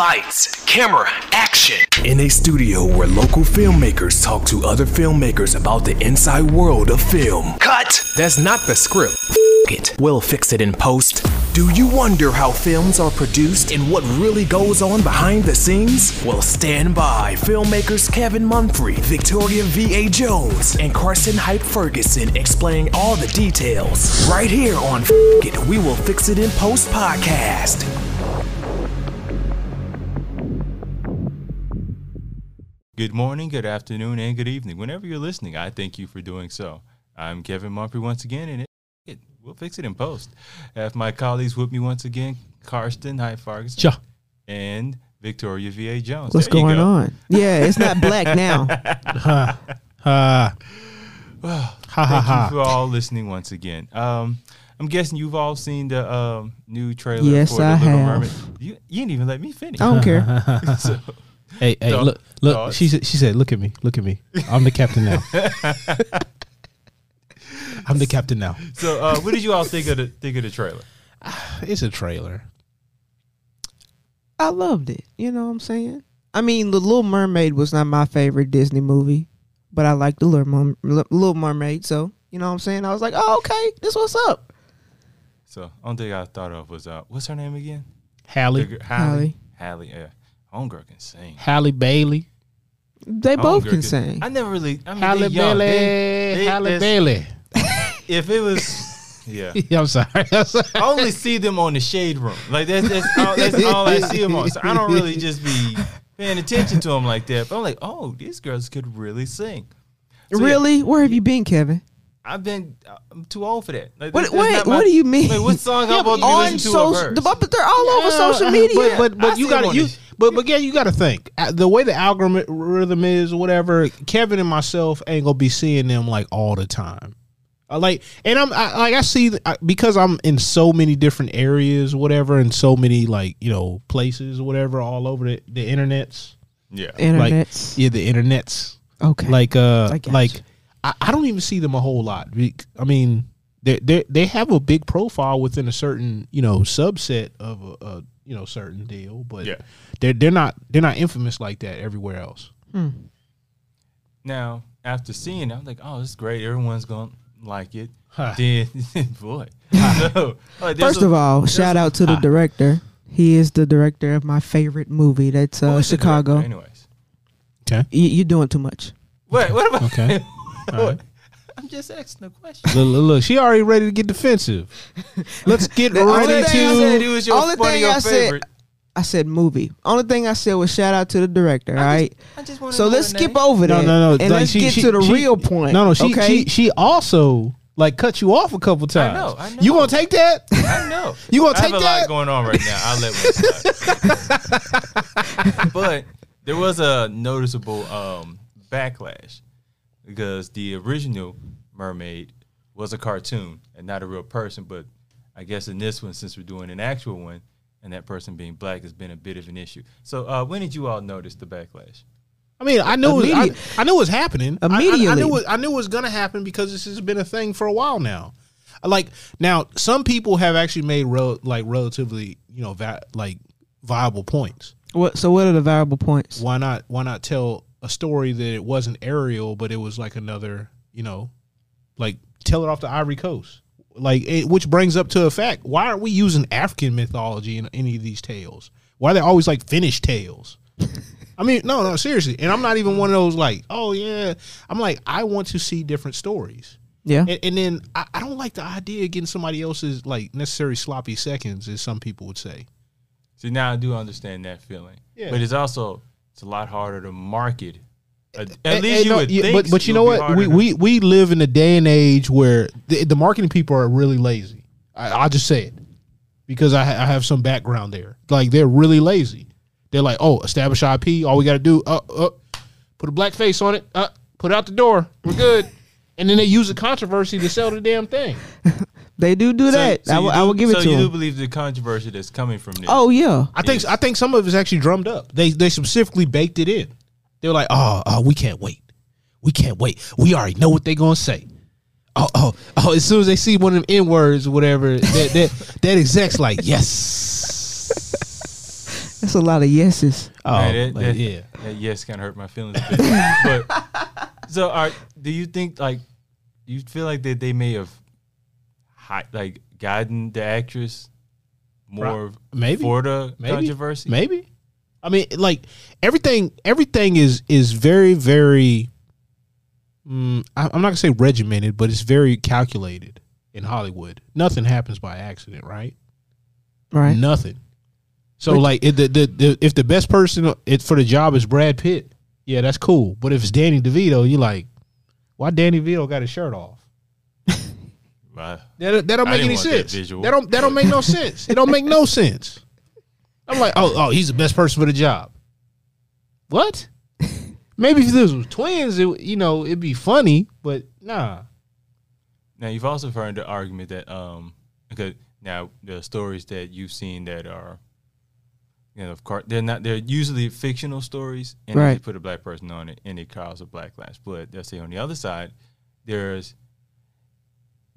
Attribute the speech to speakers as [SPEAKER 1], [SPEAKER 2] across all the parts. [SPEAKER 1] Lights, camera, action.
[SPEAKER 2] In a studio where local filmmakers talk to other filmmakers about the inside world of film.
[SPEAKER 1] Cut.
[SPEAKER 2] That's not the script. F- it. We'll fix it in post. Do you wonder how films are produced and what really goes on behind the scenes? Well, stand by. Filmmakers Kevin Munfrey, Victoria V.A. Jones, and Carson Hype Ferguson explain all the details. Right here on F- It, We Will Fix It in Post podcast.
[SPEAKER 3] Good morning, good afternoon, and good evening. Whenever you're listening, I thank you for doing so. I'm Kevin Mumphrey once again, and it, it- we'll fix it in post. Have my colleagues with me once again, Karsten, hi Ferguson,
[SPEAKER 4] Sure.
[SPEAKER 3] and Victoria V.A. Jones.
[SPEAKER 5] What's
[SPEAKER 3] There you
[SPEAKER 5] going
[SPEAKER 3] go.
[SPEAKER 5] on? Yeah, it's not black now.
[SPEAKER 4] Uh, ha ha
[SPEAKER 3] Thank you
[SPEAKER 4] ha.
[SPEAKER 3] for all listening once again. Um, I'm guessing you've all seen the um, new trailer
[SPEAKER 5] Yes,
[SPEAKER 3] for The
[SPEAKER 5] I
[SPEAKER 3] Little
[SPEAKER 5] have. Oh.
[SPEAKER 3] Mermaid. You, you didn't even let me finish.
[SPEAKER 5] I don't care.
[SPEAKER 3] So,
[SPEAKER 4] Hey, hey,
[SPEAKER 3] Thought-
[SPEAKER 4] look, look.
[SPEAKER 3] thoughts?
[SPEAKER 4] She said, she said, look at me, look at me. I'm the captain now. I'm the captain now.
[SPEAKER 3] so uh, what did you all think of the think of the trailer?
[SPEAKER 4] It's a trailer.
[SPEAKER 5] I loved it. You know what I'm saying? I mean, The Little Mermaid was not my favorite Disney movie, but I liked The Little, Merm- Little Mermaid. So, you know what I'm saying? I was like, oh, okay, this what's up.
[SPEAKER 3] So only thing I thought of was uh, what's her name again? The
[SPEAKER 4] Hallie,
[SPEAKER 3] gir- Hallie. Hallie. Yeah. Homegirl can sing.
[SPEAKER 4] Hallie Bailey,
[SPEAKER 5] They both
[SPEAKER 3] Homegirl
[SPEAKER 5] can sing.
[SPEAKER 3] Oh, I never really. I mean,
[SPEAKER 4] Halle
[SPEAKER 3] they young.
[SPEAKER 4] Bailey,
[SPEAKER 3] They- they-
[SPEAKER 4] Halle
[SPEAKER 3] it's-
[SPEAKER 4] Bailey.
[SPEAKER 3] If it was, yeah.
[SPEAKER 4] I'm sorry. I'm sorry.
[SPEAKER 3] I only see them on the shade room. Like that's that's all, that's all I see them on. So I don't really just be paying attention to them like that. But I'm like, oh, these girls could really sing. So, yeah,
[SPEAKER 5] really? Where have you been, Kevin?
[SPEAKER 3] I've been. I'm too old for that. Like, that's-
[SPEAKER 5] What-
[SPEAKER 3] that's
[SPEAKER 5] wait,
[SPEAKER 3] not my-
[SPEAKER 5] what do you mean?
[SPEAKER 3] Like, what song I'm supposed to be
[SPEAKER 5] On
[SPEAKER 3] listening to?
[SPEAKER 5] social,
[SPEAKER 3] or verse?
[SPEAKER 5] but they're all over social
[SPEAKER 4] Uh,
[SPEAKER 5] media.
[SPEAKER 4] But but,
[SPEAKER 3] I
[SPEAKER 4] but you
[SPEAKER 3] see them
[SPEAKER 4] got
[SPEAKER 3] on
[SPEAKER 4] to you.
[SPEAKER 3] this.
[SPEAKER 4] But but yeah, you got to think Uh, the way the algorithm is, whatever. Kevin and myself ain't gonna be seeing them like all the time. I like and I'm I, like I see th- I, because I'm in so many different areas, whatever, and so many like you know places, whatever, all over the, the internets.
[SPEAKER 3] yeah.
[SPEAKER 5] Internets.
[SPEAKER 4] Like yeah, the internets.
[SPEAKER 5] okay.
[SPEAKER 4] Like uh,
[SPEAKER 5] I got
[SPEAKER 4] like
[SPEAKER 5] you.
[SPEAKER 4] I, I don't even see them a whole lot. Be- I mean, they they they have a big profile within a certain you know subset of a, a you know certain deal, but
[SPEAKER 3] Yeah.
[SPEAKER 4] they're they're not they're not infamous like that everywhere else.
[SPEAKER 3] Now after seeing, it, I'm like, oh, this is great. Everyone's gonna like it.
[SPEAKER 4] Huh.
[SPEAKER 3] Then boy, no. Like, there's
[SPEAKER 5] First
[SPEAKER 3] a- Ah.
[SPEAKER 5] of all, shout out to the director. He is the director of my favorite movie. That's
[SPEAKER 3] who
[SPEAKER 5] uh,
[SPEAKER 3] is the
[SPEAKER 5] Chicago.
[SPEAKER 3] director
[SPEAKER 5] You,
[SPEAKER 3] Anyways,
[SPEAKER 4] Okay,
[SPEAKER 5] you're doing too much.
[SPEAKER 3] wait, what about?
[SPEAKER 4] okay.
[SPEAKER 3] What? I'm just asking a question.
[SPEAKER 4] look, look, look, she already ready to get defensive. Let's get
[SPEAKER 5] Only
[SPEAKER 4] ready
[SPEAKER 5] thing I
[SPEAKER 4] to.
[SPEAKER 5] said-
[SPEAKER 3] it was your
[SPEAKER 5] only
[SPEAKER 3] funny
[SPEAKER 5] thing
[SPEAKER 3] or
[SPEAKER 5] I said-
[SPEAKER 3] favorite.
[SPEAKER 5] I said movie. Only thing I said was shout out to the director. All right.
[SPEAKER 3] I just wanna
[SPEAKER 5] So
[SPEAKER 3] know
[SPEAKER 5] let's
[SPEAKER 3] the
[SPEAKER 5] skip
[SPEAKER 3] name.
[SPEAKER 5] over
[SPEAKER 4] No,
[SPEAKER 5] that.
[SPEAKER 4] no, no. like,
[SPEAKER 5] And let's
[SPEAKER 4] she-
[SPEAKER 5] get
[SPEAKER 4] she-
[SPEAKER 5] to the
[SPEAKER 4] she-
[SPEAKER 5] real point.
[SPEAKER 4] No, no. She
[SPEAKER 5] okay?
[SPEAKER 4] she she also like cut you off a couple times.
[SPEAKER 3] know, I know.
[SPEAKER 4] You gonna take that?
[SPEAKER 3] I know.
[SPEAKER 4] You gonna
[SPEAKER 3] I
[SPEAKER 4] take
[SPEAKER 3] have a lot
[SPEAKER 4] that?
[SPEAKER 3] going on right now. I'll let one slide. but there was a noticeable um, backlash because the original mermaid was a cartoon and not a real person. But I guess in this one, since we're doing an actual one, and that person being black has been a bit of an issue. So uh, when did you all notice the backlash?
[SPEAKER 4] I mean, I knew it was,
[SPEAKER 5] Immediate-
[SPEAKER 4] I, I knew it was happening I- I- I,
[SPEAKER 5] Immediately.
[SPEAKER 4] knew it, I knew it was gonna happen because this has been a thing for a while now. Like now, some people have actually made rel- like relatively you know va- like viable points.
[SPEAKER 5] What, so what are the variable points?
[SPEAKER 4] Why not? Why not tell a story that it wasn't Ariel, but it was like another you know, like tell it off the Ivory Coast. Like it, which brings up to a fact: Why aren't we using African mythology in any of these tales? Why are they always like Finnish tales? I mean, no, no, seriously. And I'm not even one of those like, oh yeah. I'm like, I want to see different stories.
[SPEAKER 5] Yeah.
[SPEAKER 4] And, and then I, I don't like the idea of getting somebody else's like necessary sloppy seconds, as some people would say.
[SPEAKER 3] See, now I do understand that feeling.
[SPEAKER 4] Yeah.
[SPEAKER 3] But it's also it's a lot harder to market. At, at
[SPEAKER 4] And-
[SPEAKER 3] least
[SPEAKER 4] and
[SPEAKER 3] you
[SPEAKER 4] Eh, no,
[SPEAKER 3] would
[SPEAKER 4] yeah,
[SPEAKER 3] think.
[SPEAKER 4] But, but
[SPEAKER 3] it
[SPEAKER 4] you know
[SPEAKER 3] would be
[SPEAKER 4] what?
[SPEAKER 3] harder
[SPEAKER 4] We,
[SPEAKER 3] to-
[SPEAKER 4] we we live in a day and age where the, the marketing people are really lazy. I, I'll just say it because I, ha- I have some background there. Like they're really lazy. They're like, oh, establish IP. All we got to do, uh, uh, put a black face on it, uh, put it out the door. We're good. and then they use the controversy to sell the damn thing.
[SPEAKER 5] They do do
[SPEAKER 3] So-
[SPEAKER 5] that.
[SPEAKER 3] so
[SPEAKER 5] I
[SPEAKER 3] you
[SPEAKER 5] will- I
[SPEAKER 3] do-
[SPEAKER 5] will give it
[SPEAKER 3] so
[SPEAKER 5] to
[SPEAKER 3] you do
[SPEAKER 5] them.
[SPEAKER 3] believe the controversy that's coming from this?
[SPEAKER 5] Oh, yeah.
[SPEAKER 4] I think I think some of it's actually drummed up. They they specifically baked it in. They were like, oh, oh, we can't wait. We can't wait. We already know what they're gonna say. Oh, oh, oh, as soon as they see one of them N words, whatever, that that that exec's like, yes.
[SPEAKER 5] That's a lot of yeses.
[SPEAKER 4] Oh,
[SPEAKER 3] Man, that-
[SPEAKER 4] like,
[SPEAKER 3] that-
[SPEAKER 4] yeah.
[SPEAKER 3] that yes kind of hurt my feelings a bit. but so, are, do you think like you feel like that they may have hi, like gotten the actress more
[SPEAKER 4] Maybe.
[SPEAKER 3] for the
[SPEAKER 4] Maybe.
[SPEAKER 3] controversy?
[SPEAKER 4] Maybe. I mean, like everything. Everything is is very very. Mm, I, I'm not gonna say regimented, but it's very calculated in Hollywood. Nothing happens by accident, right?
[SPEAKER 5] Right.
[SPEAKER 4] Nothing. So like it, the, the the if the best person it, for the job is Brad Pitt, yeah, that's cool. But if it's Danny DeVito, you like, why Danny DeVito got his shirt off?
[SPEAKER 3] Right.
[SPEAKER 4] That, that don't
[SPEAKER 3] I
[SPEAKER 4] make
[SPEAKER 3] didn't
[SPEAKER 4] any
[SPEAKER 3] want that
[SPEAKER 4] sense. That,
[SPEAKER 3] visual.
[SPEAKER 4] don't that don't make no sense. It don't make no sense. I'm like, oh, oh, he's the best person for the job. What? Maybe if this was twins, it, would- you know, it'd be funny, but nah.
[SPEAKER 3] Now you've also heard the argument that um because now the stories that you've seen that are you know of course they're not they're usually fictional stories and
[SPEAKER 5] Right.
[SPEAKER 3] they just put a black person on it and it causes a backlash. But let's say on the other side, there's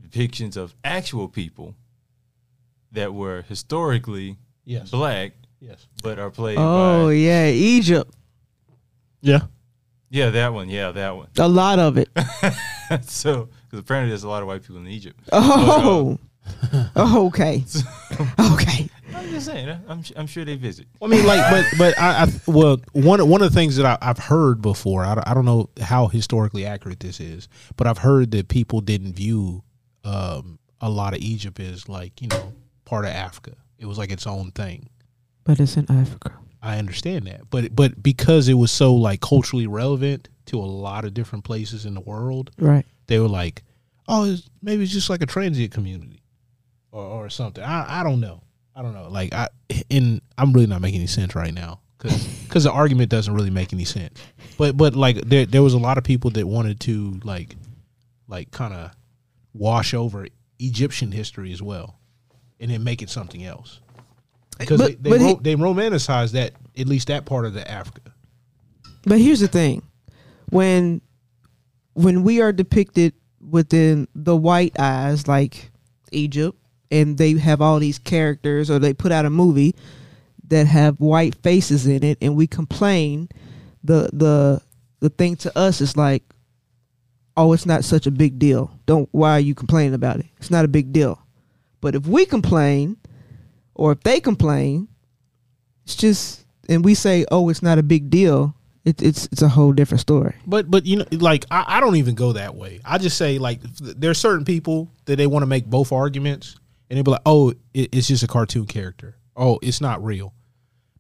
[SPEAKER 3] depictions of actual people that were historically
[SPEAKER 4] Yes.
[SPEAKER 3] black
[SPEAKER 4] Yes.
[SPEAKER 3] but are played
[SPEAKER 5] Oh
[SPEAKER 3] by
[SPEAKER 5] yeah, Egypt.
[SPEAKER 4] Yeah.
[SPEAKER 3] yeah that one yeah that one
[SPEAKER 5] A lot of it.
[SPEAKER 3] so because apparently there's a lot of white people in Egypt
[SPEAKER 5] Oh. okay. Okay.
[SPEAKER 3] I'm just saying I'm I'm sure they visit
[SPEAKER 4] I mean, like, but but I, I well one one of the things that I, I've heard before. I, don't- I don't know how historically accurate this is, but I've heard that people didn't view um, a lot of Egypt as like you know part of Africa. It was like its own thing.
[SPEAKER 5] But it's in Africa.
[SPEAKER 4] I understand that, but but because it was so like culturally relevant to a lot of different places in the world,
[SPEAKER 5] Right.
[SPEAKER 4] they were like, oh, it's, maybe it's just like a transient community, or or something. I I don't know. I don't know. Like I and I'm really not making any sense right now because the argument doesn't really make any sense. But but like there there was a lot of people that wanted to like like kind of wash over Egyptian history as well, and then make it something else. Because
[SPEAKER 5] But-
[SPEAKER 4] they
[SPEAKER 5] but
[SPEAKER 4] they,
[SPEAKER 5] he-
[SPEAKER 4] ro- they romanticize that at least that part of the Africa.
[SPEAKER 5] But here's the thing. When when we are depicted within the white eyes like Egypt and they have all these characters or they put out a movie that have white faces in it and we complain the the the thing to us is like oh it's not such a big deal. Don't why are you complaining about it? It's not a big deal. But if we complain or if they complain it's just and we say oh it's not a big deal it, it's it's a whole different story
[SPEAKER 4] But but you know, like I, I don't even go that way. I just say like th- there are certain people that they want to make both arguments, and they be like, "Oh, it, it's just a cartoon character. Oh, it's not real."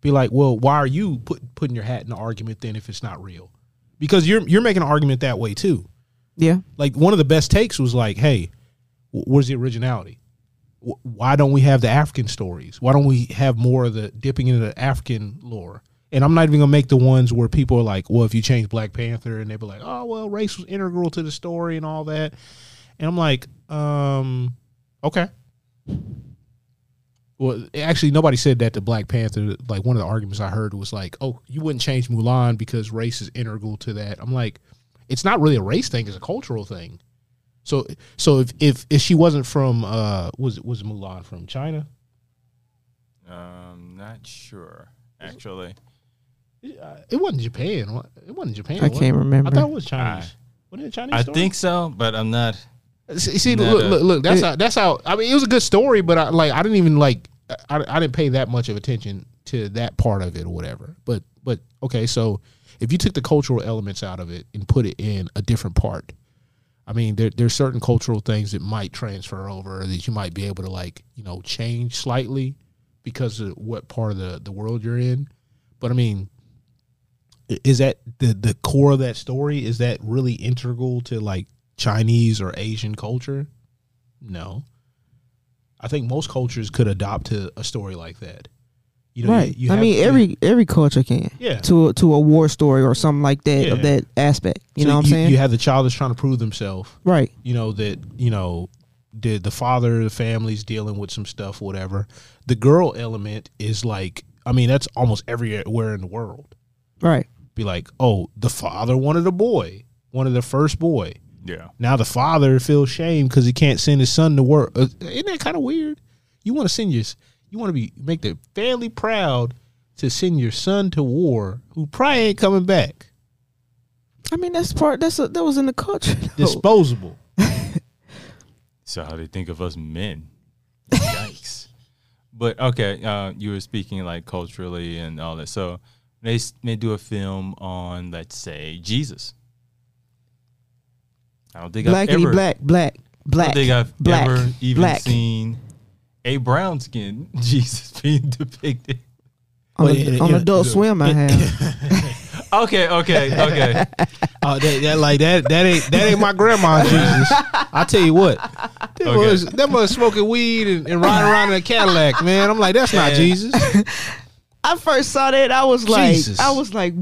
[SPEAKER 4] Be like, "Well, why are you put, putting your hat in the argument then if it's not real?" Because you're you're making an argument that way too.
[SPEAKER 5] yeah
[SPEAKER 4] Like one of the best takes was like, "Hey, wh- where's the originality? Wh- Why don't we have the African stories? Why don't we have more of the dipping into the African lore?" And I'm not even gonna make the ones where people are like, "Well, if you change Black Panther," and they be like, "Oh, well, race was integral to the story and all that," and I'm like, um, "Okay." Well, actually, nobody said that to Black Panther. Like one of the arguments I heard was like, "Oh, you wouldn't change Mulan because race is integral to that." I'm like, it's not really a race thing; it's a cultural thing. So so if if, if she wasn't from uh was was Mulan from China?
[SPEAKER 3] Um, not sure actually.
[SPEAKER 4] Uh, It wasn't Japan. wa- It wasn't Japan.
[SPEAKER 5] I
[SPEAKER 4] was
[SPEAKER 5] can't
[SPEAKER 4] it?
[SPEAKER 5] remember.
[SPEAKER 4] I thought it was Chinese. Wasn't it a Chinese?
[SPEAKER 3] I
[SPEAKER 4] story?
[SPEAKER 3] think so, but I'm not.
[SPEAKER 4] See, see,
[SPEAKER 3] Not
[SPEAKER 4] look,
[SPEAKER 3] a-
[SPEAKER 4] look, look. That's how. That's how. I mean, it was a good story, but I like. I didn't even like. I, I didn't pay that much of attention to that part of it or whatever. But but okay, so if you took the cultural elements out of it and put it in a different part, I mean, there there's certain cultural things that might transfer over that you might be able to like you know change slightly because of what part of the the world you're in. But I mean, i- is that the the core of that story is that really integral to like chinese or asian culture no i think most cultures could adopt to a story like that you know you-
[SPEAKER 5] right
[SPEAKER 4] you,
[SPEAKER 5] i
[SPEAKER 4] have-
[SPEAKER 5] mean
[SPEAKER 4] you-
[SPEAKER 5] every every culture can
[SPEAKER 4] Yeah.
[SPEAKER 5] to a, to a war story or something like that of
[SPEAKER 4] Yeah.
[SPEAKER 5] that aspect you
[SPEAKER 4] so
[SPEAKER 5] know what i'm saying
[SPEAKER 4] you have the child that's trying to prove themselves
[SPEAKER 5] right
[SPEAKER 4] you know that you know the the father the family's dealing with some stuff whatever the girl element is like i mean that's almost everywhere in the world
[SPEAKER 5] right
[SPEAKER 4] be like oh the father wanted a boy wanted the first boy
[SPEAKER 3] Yeah,
[SPEAKER 4] Now the father feels shame because he can't send his son to work. Uh, Isn't that kind of weird? You want to send your, you want to be make the family proud, to send your son to war who probably ain't coming back?
[SPEAKER 5] I mean, that's part. That's a, that was in the culture. though.
[SPEAKER 4] Disposable.
[SPEAKER 3] So how they think of us men? Yikes! but okay, uh, you were speaking like culturally and all that. So they s- they do a film on let's say Jesus. I don't think
[SPEAKER 5] black,
[SPEAKER 3] I've ever
[SPEAKER 5] black, black,
[SPEAKER 3] I
[SPEAKER 5] black,
[SPEAKER 3] don't think I've
[SPEAKER 5] black,
[SPEAKER 3] ever even
[SPEAKER 5] black
[SPEAKER 3] seen a brown skin Jesus being depicted.
[SPEAKER 5] on,
[SPEAKER 4] Well,
[SPEAKER 5] a-
[SPEAKER 4] yeah,
[SPEAKER 5] on
[SPEAKER 4] yeah,
[SPEAKER 5] Adult
[SPEAKER 4] yeah.
[SPEAKER 5] Swim. I have.
[SPEAKER 3] Okay, okay, okay.
[SPEAKER 4] Oh, that, that like that that ain't that ain't my grandma Jesus. I tell you what, that
[SPEAKER 3] Okay.
[SPEAKER 4] was that mother smoking weed and, and riding around in a Cadillac, man. I'm like, that's not Jesus.
[SPEAKER 5] I first saw that. I was like,
[SPEAKER 4] Jesus.
[SPEAKER 5] I was like,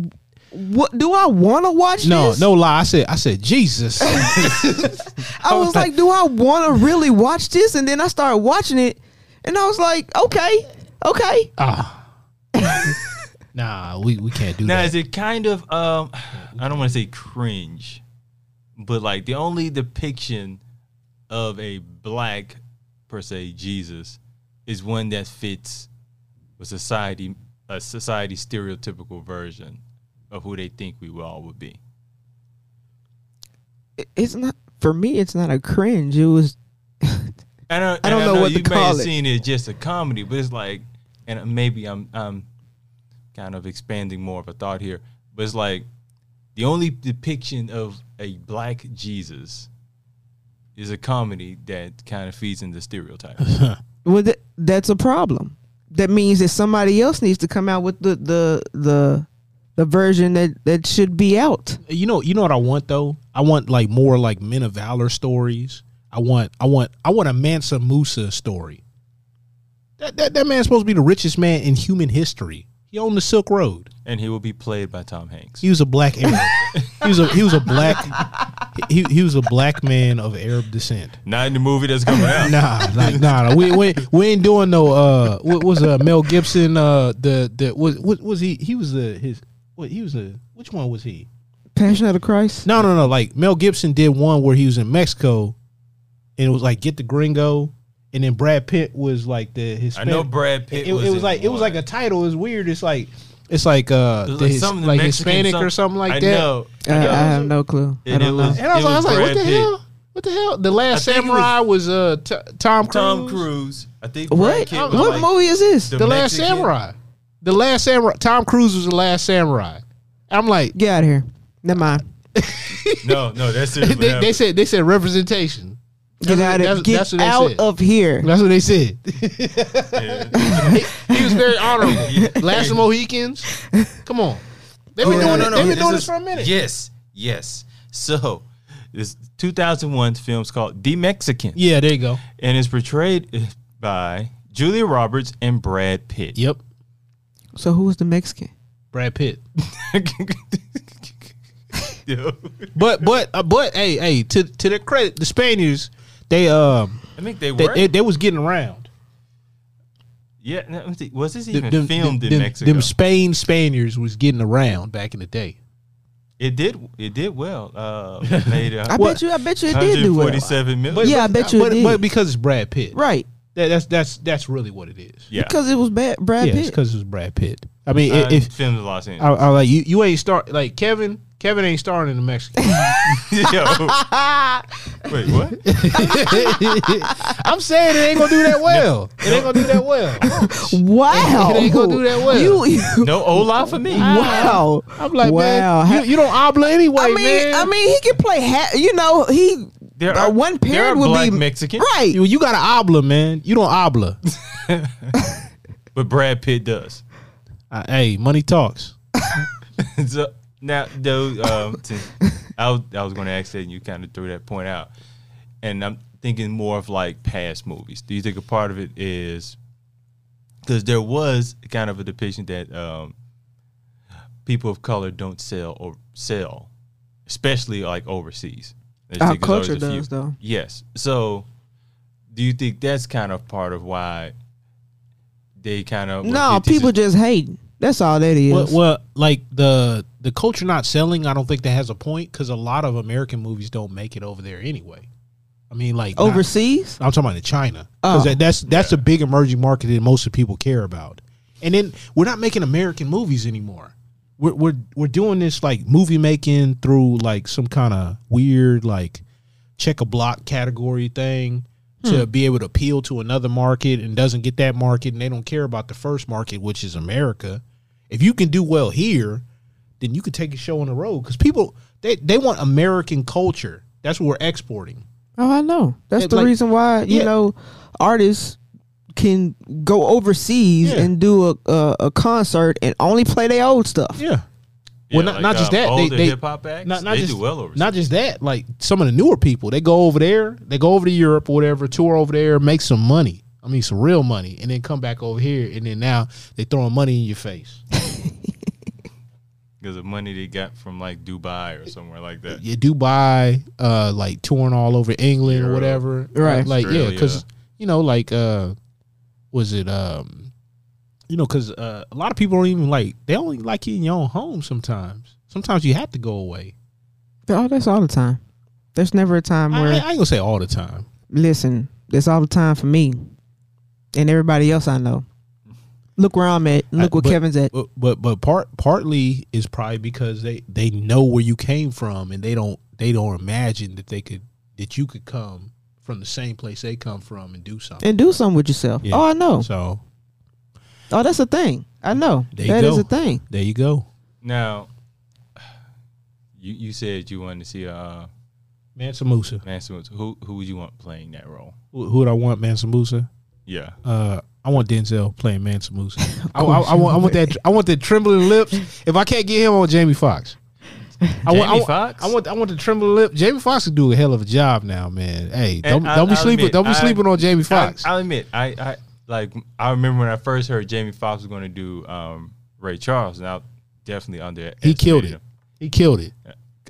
[SPEAKER 5] what? Do I want to watch
[SPEAKER 4] No,
[SPEAKER 5] this?
[SPEAKER 4] no lie. I said, I said Jesus.
[SPEAKER 5] I was like, do I want to really watch this? And then I started watching it, and I was like, okay, okay.
[SPEAKER 4] Ah. nah, we, we can't do
[SPEAKER 3] Now
[SPEAKER 4] that.
[SPEAKER 3] is it kind of um I don't want to say cringe, but like the only depiction of a black per se Jesus is one that fits a society a society stereotypical version of who they think we all would be.
[SPEAKER 5] It- It's not for me. It's not a cringe. It was
[SPEAKER 3] I don't,
[SPEAKER 5] I don't know what
[SPEAKER 3] you
[SPEAKER 5] to
[SPEAKER 3] may have
[SPEAKER 5] call it.
[SPEAKER 3] seen it just a comedy, but it's like, and maybe I'm I'm kind of expanding more of a thought here, but it's like the only depiction of a black Jesus is a comedy that kind of feeds into stereotypes.
[SPEAKER 5] Well, th- that's a problem. That means that somebody else needs to come out with the the the the version that that should be out.
[SPEAKER 4] you know, you know what I want though. I want like more like men of valor stories. I want, I want, I want a Mansa Musa story. That that that man's supposed to be the richest man in human history. He owned the Silk Road.
[SPEAKER 3] and he will be played by Tom Hanks.
[SPEAKER 4] He was a black Arab. he was a he was a black he, he was a black man of Arab descent.
[SPEAKER 3] Not in the movie that's coming out.
[SPEAKER 4] Nah, like nah, nah. we we we ain't doing no uh what was uh Mel Gibson uh the the was what was he he was the his what he was a which one was he?
[SPEAKER 5] Passion of the Christ.
[SPEAKER 4] No, no, no. Like Mel Gibson did one where he was in Mexico, and it was like get the gringo, and then Brad Pitt was like the his.
[SPEAKER 3] I know Brad Pitt
[SPEAKER 4] It, it was,
[SPEAKER 3] was in
[SPEAKER 4] like it was
[SPEAKER 3] one.
[SPEAKER 4] like a title. It's weird. It's like it's like uh
[SPEAKER 3] It was
[SPEAKER 4] the
[SPEAKER 3] like
[SPEAKER 4] his-
[SPEAKER 3] something
[SPEAKER 4] like
[SPEAKER 3] Mexican,
[SPEAKER 4] Hispanic or something like that. Uh,
[SPEAKER 3] I know.
[SPEAKER 5] I, I have no clue. I
[SPEAKER 3] And it
[SPEAKER 5] don't know.
[SPEAKER 3] was-
[SPEAKER 4] And I was, like- I
[SPEAKER 3] It was
[SPEAKER 4] was like, what the
[SPEAKER 3] Brad Pitt.
[SPEAKER 4] hell? What the hell? The Last
[SPEAKER 3] I think it was-
[SPEAKER 4] Samurai was, uh t- Tom Cruise.
[SPEAKER 3] Tom Cruise. I think Brad
[SPEAKER 5] What?
[SPEAKER 3] Pitt was
[SPEAKER 5] what
[SPEAKER 3] like
[SPEAKER 5] movie is this?
[SPEAKER 4] The Last
[SPEAKER 3] Mexican-
[SPEAKER 4] Samurai. The Last Samurai. Tom Cruise was the Last Samurai. I'm like,
[SPEAKER 5] Get out of here. Never mind.
[SPEAKER 3] No, no, that's seriously
[SPEAKER 4] they, they
[SPEAKER 3] happened.
[SPEAKER 4] said they said representation.
[SPEAKER 5] Get
[SPEAKER 4] That's what-
[SPEAKER 5] out
[SPEAKER 4] that's-
[SPEAKER 5] of get
[SPEAKER 4] that's what they
[SPEAKER 5] out
[SPEAKER 4] said.
[SPEAKER 5] of here.
[SPEAKER 4] That's what they said.
[SPEAKER 3] Yeah.
[SPEAKER 4] He was very honorable.
[SPEAKER 3] Yeah.
[SPEAKER 4] Last of Mohicans. Come on. They've been doing, it. They've been doing Oh, this for a minute.
[SPEAKER 3] Yes, yes. So, this 2001 film's called The Mexican,
[SPEAKER 4] Yeah, there you go.
[SPEAKER 3] and it's portrayed by Julia Roberts and Brad Pitt.
[SPEAKER 4] Yep.
[SPEAKER 5] So who was the Mexican?
[SPEAKER 4] Brad Pitt.
[SPEAKER 3] Yo.
[SPEAKER 4] But but uh, but hey hey to to their credit, the Spaniards they um
[SPEAKER 3] I think they
[SPEAKER 4] they,
[SPEAKER 3] were.
[SPEAKER 4] they, they was getting around.
[SPEAKER 3] yeah, no, let me see. was this
[SPEAKER 4] Them-
[SPEAKER 3] even
[SPEAKER 4] them-
[SPEAKER 3] filmed
[SPEAKER 4] them-
[SPEAKER 3] in
[SPEAKER 4] them-
[SPEAKER 3] Mexico?
[SPEAKER 4] Them Spain Spaniards was getting around back in the day.
[SPEAKER 3] it did. It did well. Uh, made
[SPEAKER 5] I
[SPEAKER 3] uh,
[SPEAKER 5] bet you. I bet you it did do well.
[SPEAKER 3] 147 million.
[SPEAKER 5] Yeah, I bet you
[SPEAKER 4] but,
[SPEAKER 5] it did.
[SPEAKER 4] but because it's Brad Pitt,
[SPEAKER 5] Right,
[SPEAKER 4] That, that's that's that's really what it is.
[SPEAKER 3] yeah.
[SPEAKER 5] because it was bad. Brad
[SPEAKER 4] yeah, it's
[SPEAKER 5] Pitt.
[SPEAKER 4] because it's Brad Pitt. I mean,
[SPEAKER 3] Uh,
[SPEAKER 4] if, if
[SPEAKER 3] filmed in Los Angeles.
[SPEAKER 4] I, I like you, you ain't start like Kevin. Kevin ain't starring in the Mexican.
[SPEAKER 3] Yo. Wait, what?
[SPEAKER 4] I'm saying it ain't gonna do that well. It ain't gonna do that well.
[SPEAKER 5] Wow,
[SPEAKER 4] They gonna do that well.
[SPEAKER 5] You, you
[SPEAKER 3] No Olaf for me.
[SPEAKER 5] Ah. wow.
[SPEAKER 4] I'm like,
[SPEAKER 5] wow.
[SPEAKER 4] man, you, you don't obla anyway,
[SPEAKER 5] I mean,
[SPEAKER 4] man.
[SPEAKER 5] I mean, he can play. Ha- you know, he
[SPEAKER 3] There
[SPEAKER 5] uh,
[SPEAKER 3] are-
[SPEAKER 5] one
[SPEAKER 3] there
[SPEAKER 5] parent
[SPEAKER 3] are
[SPEAKER 5] would
[SPEAKER 3] black
[SPEAKER 5] be
[SPEAKER 3] Mexicans.
[SPEAKER 5] right?
[SPEAKER 4] you, you got an obla, man. You don't obla.
[SPEAKER 3] But Brad Pitt does.
[SPEAKER 4] Uh, hey, money talks.
[SPEAKER 3] so now though um, to, I, was, I was going to ask that and you kind of threw that point out and i'm thinking more of like past movies do you think a part of it is because there was kind of a depiction that um, people of color don't sell or sell especially like overseas There's-
[SPEAKER 5] Our
[SPEAKER 3] there's always
[SPEAKER 5] culture
[SPEAKER 3] a few-
[SPEAKER 5] does, though.
[SPEAKER 3] yes so do you think that's kind of part of why they kind of
[SPEAKER 5] No, people just hating. That's all that is.
[SPEAKER 4] Well, well, like the the culture not selling. I don't think that has a point because a lot of American movies don't make it over there anyway. I mean, like not-
[SPEAKER 5] Overseas,
[SPEAKER 4] I'm talking about in China because
[SPEAKER 5] Oh.
[SPEAKER 4] that's that's a big emerging market that most of people care about. And then we're not making American movies anymore. We're we're we're doing this like movie making through like some kind of weird like check a block category thing to be able to appeal to another market and doesn't get that market and they don't care about the first market which is America. If you can do well here, then you could take a show on the road because people they they want American culture. That's what we're exporting.
[SPEAKER 5] Oh, I know. That's
[SPEAKER 4] It,
[SPEAKER 5] the
[SPEAKER 4] like-
[SPEAKER 5] reason why you
[SPEAKER 4] Yeah.
[SPEAKER 5] know artists can go overseas
[SPEAKER 4] Yeah.
[SPEAKER 5] and do a, a a concert and only play their old stuff.
[SPEAKER 4] Yeah. Well, not, not just that. They, they
[SPEAKER 3] hip hop um, acts.
[SPEAKER 4] not, not
[SPEAKER 3] they
[SPEAKER 4] just
[SPEAKER 3] do well over.
[SPEAKER 4] not just that. Like some of the newer people, they go over there, they go over to Europe or whatever, tour over there, make some money. I mean, some real money, and then come back over here, and then now they throwing money in your face.
[SPEAKER 3] because of money they got from like Dubai or somewhere like that.
[SPEAKER 4] You Dubai, uh, like touring all over England or
[SPEAKER 3] Europe.
[SPEAKER 4] whatever,
[SPEAKER 5] Right.
[SPEAKER 4] Like yeah,
[SPEAKER 3] Australia.
[SPEAKER 4] because you know, like uh, was it um, you know, because uh, a lot of people don't even like they only like you in your own home sometimes. Sometimes you have to go away.
[SPEAKER 5] Oh, that's all the time. There's never a time
[SPEAKER 4] I, I
[SPEAKER 5] where
[SPEAKER 4] ain't gonna say all the time.
[SPEAKER 5] listen. That's all the time for me and everybody else I know. Look where I'm at. and Look
[SPEAKER 4] I-
[SPEAKER 5] where
[SPEAKER 4] Uh, but-
[SPEAKER 5] Kevin's at.
[SPEAKER 4] but but but part partly is probably because they they know where you came from and they don't they don't imagine that they could that you could come from the same place they come from and do something.
[SPEAKER 5] And do something with yourself.
[SPEAKER 4] Yeah.
[SPEAKER 5] Oh, I know.
[SPEAKER 4] So
[SPEAKER 5] Oh, that's a thing. I know. That
[SPEAKER 4] There
[SPEAKER 5] is
[SPEAKER 4] you go.
[SPEAKER 5] a thing.
[SPEAKER 4] there you go,
[SPEAKER 3] Now, you you said you wanted to see uh
[SPEAKER 4] Mansa Musa.
[SPEAKER 3] Manson. Woods. Who who would you want playing that role?
[SPEAKER 4] Who, who would I want, Mansa Musa?
[SPEAKER 3] Yeah,
[SPEAKER 4] Uh, I want Denzel playing Mansa Musa. I, I, I want I want that I want the trembling lips. If I can't get him, I want Jamie Foxx. I want, I
[SPEAKER 3] Jamie
[SPEAKER 4] want-
[SPEAKER 3] Foxx?
[SPEAKER 4] I want I want the trembling lip. Jamie Foxx could do a hell of a job now, man. Hey, don't,
[SPEAKER 3] I-
[SPEAKER 4] don't be
[SPEAKER 3] I'll
[SPEAKER 4] sleeping
[SPEAKER 3] admit,
[SPEAKER 4] don't be
[SPEAKER 3] I-
[SPEAKER 4] sleeping on Jamie Foxx.
[SPEAKER 3] I, I'll admit, I I like I remember when I first heard Jamie Foxx was going to do um Ray Charles, and I definitely under
[SPEAKER 4] He killed it. He killed it.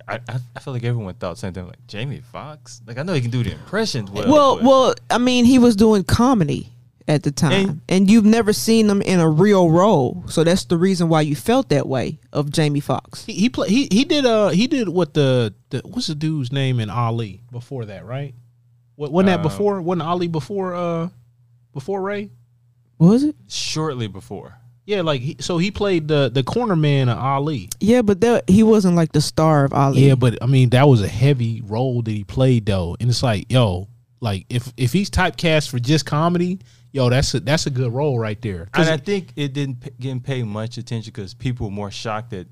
[SPEAKER 3] I, I I feel like everyone thought the same thing. Like Jamie Foxx, like I know he can do the impressions well.
[SPEAKER 5] Well,
[SPEAKER 3] but-
[SPEAKER 5] well, I mean, he was doing comedy at the time, and,
[SPEAKER 3] And-
[SPEAKER 5] you've never seen him in a real role, so that's the reason why you felt that way of Jamie Foxx.
[SPEAKER 4] He he, play, he he did uh he did what the, the what's the dude's name in Ali before that right? What wasn't that
[SPEAKER 3] Uh,
[SPEAKER 4] before? Wasn't Ali before uh before Ray?
[SPEAKER 5] Was it?
[SPEAKER 3] shortly before.
[SPEAKER 4] Yeah, like he, so he played the the corner man of Ali.
[SPEAKER 5] Yeah, but that, he wasn't like the star of Ali.
[SPEAKER 4] Yeah, but I mean that was a heavy role that he played though, and it's like yo, like if if he's typecast for just comedy, yo, that's a that's a good role right there. 'Cause
[SPEAKER 3] And I think it didn't p- get paid much attention because people were more shocked at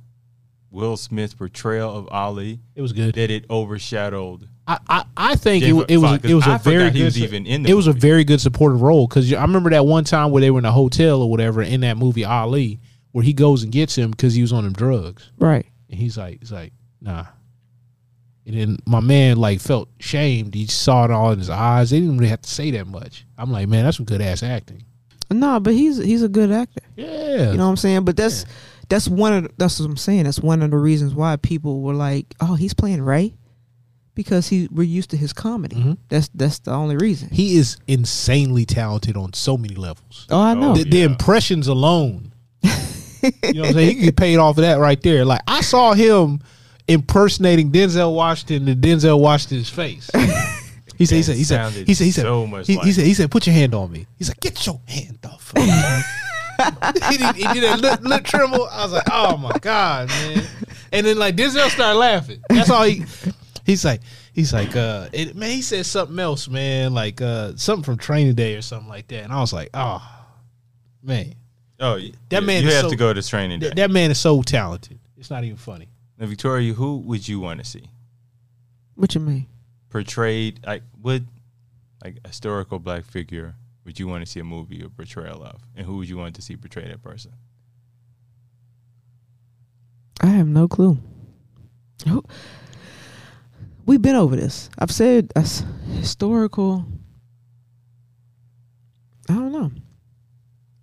[SPEAKER 3] Will Smith's portrayal of Ali
[SPEAKER 4] it was good.
[SPEAKER 3] that it overshadowed.
[SPEAKER 4] I, I, I think it,
[SPEAKER 3] Jamie
[SPEAKER 4] wa- it was
[SPEAKER 3] Foxx,
[SPEAKER 4] it was a
[SPEAKER 3] I forgot
[SPEAKER 4] very
[SPEAKER 3] he
[SPEAKER 4] good
[SPEAKER 3] was
[SPEAKER 4] su-
[SPEAKER 3] even in the
[SPEAKER 4] it was a very good supporting role because I remember that one time where they were in a hotel or whatever in that movie Ali where he goes and gets him because he was on them drugs
[SPEAKER 5] right.
[SPEAKER 4] and he's like he's like nah and then my man like felt shamed he saw it all in his eyes they didn't really have to say that much I'm like man that's some good ass acting
[SPEAKER 5] No, but he's he's a good actor.
[SPEAKER 4] yeah
[SPEAKER 5] You know what I'm saying? But that's that's one of the, that's what I'm saying. That's one of the reasons why people were like, "Oh, he's playing Ray," because he we're used to his comedy. That's that's the only reason.
[SPEAKER 4] he is insanely talented on so many levels
[SPEAKER 5] oh, I know.
[SPEAKER 4] the, the impressions alone. you know what I'm saying? He could get paid off of that right there. Like I saw him impersonating Denzel Washington to Denzel Washington's face. He said, he said, he said,
[SPEAKER 3] sounded
[SPEAKER 4] he said, he said,
[SPEAKER 3] so much
[SPEAKER 4] he, he
[SPEAKER 3] like
[SPEAKER 4] said, he said, put your hand on me. He's like, get your hand off. of me." he, did, he did a lip, lip tremble. I was like, oh my god, man. And then like Denzel started laughing. That's all he. He's like, he's like, uh, it, man. He said something else, man, like uh, something from Training Day or something like that. And I was like, oh, man,
[SPEAKER 3] Oh, y-
[SPEAKER 4] That
[SPEAKER 3] yeah,
[SPEAKER 4] man
[SPEAKER 3] You
[SPEAKER 4] is
[SPEAKER 3] have
[SPEAKER 4] so-
[SPEAKER 3] to go to training day.
[SPEAKER 4] Th- that man is so talented. It's not even funny.
[SPEAKER 3] now, Victoria, who would you want to see
[SPEAKER 5] what you mean?
[SPEAKER 3] portrayed? Like, what like historical black figure would you want to see a movie or portrayal of, and who would you want to see portray that person?
[SPEAKER 5] I have no clue. Who- We've been over this. I've said a s- historical. I don't know.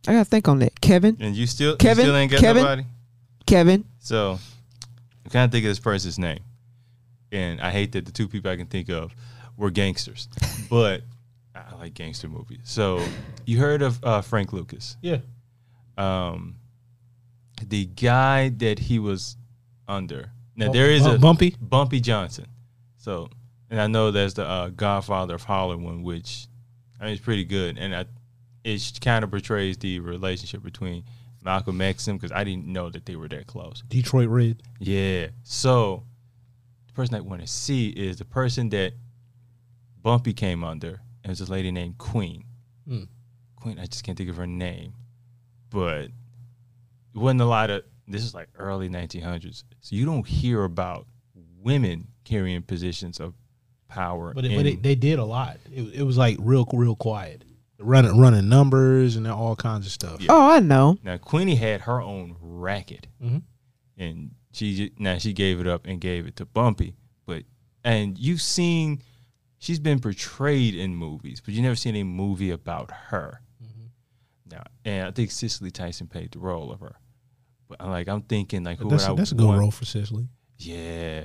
[SPEAKER 5] I gotta think on that. Kevin,
[SPEAKER 3] And you still,
[SPEAKER 5] Kevin,
[SPEAKER 3] you still ain't got
[SPEAKER 5] Kevin.
[SPEAKER 3] nobody.
[SPEAKER 5] Kevin.
[SPEAKER 3] So I can't think of this person's name. And I hate that the two people I can think of were gangsters. but I like gangster movies. So you heard of uh, Frank Lucas.
[SPEAKER 4] Yeah.
[SPEAKER 3] Um, the guy that he was under. Now there is a
[SPEAKER 4] bumpy.
[SPEAKER 3] Bumpy Johnson. So and I know there's the uh, Godfather of Hollywood one, which I mean it's pretty good. And I it kind of portrays the relationship between Malcolm X them because I didn't know that they were that close.
[SPEAKER 4] Detroit Red.
[SPEAKER 3] Yeah. So the person I want to see is the person that Bumpy came under. It was this lady named Queen.
[SPEAKER 4] Mm.
[SPEAKER 3] Queen, I just can't think of her name. But it wasn't a lot of this is like early 1900s. So you don't hear about women carrying positions of power.
[SPEAKER 4] But, it,
[SPEAKER 3] in,
[SPEAKER 4] but it, they did a lot. It, it was like real real quiet, running running numbers and all kinds of stuff.
[SPEAKER 5] Oh, I know.
[SPEAKER 3] Now Queenie had her own racket,
[SPEAKER 4] Mhm.
[SPEAKER 3] and she ju- now she gave it up and gave it to Bumpy. But and you've seen she's been portrayed in movies, but you never seen a movie about her.
[SPEAKER 4] Mm-hmm.
[SPEAKER 3] Now, and I think Cicely Tyson played the role of her. But I'm like I'm thinking like who
[SPEAKER 4] That's,
[SPEAKER 3] would I
[SPEAKER 4] that's a good
[SPEAKER 3] want?
[SPEAKER 4] role for Cicely.
[SPEAKER 3] Yeah,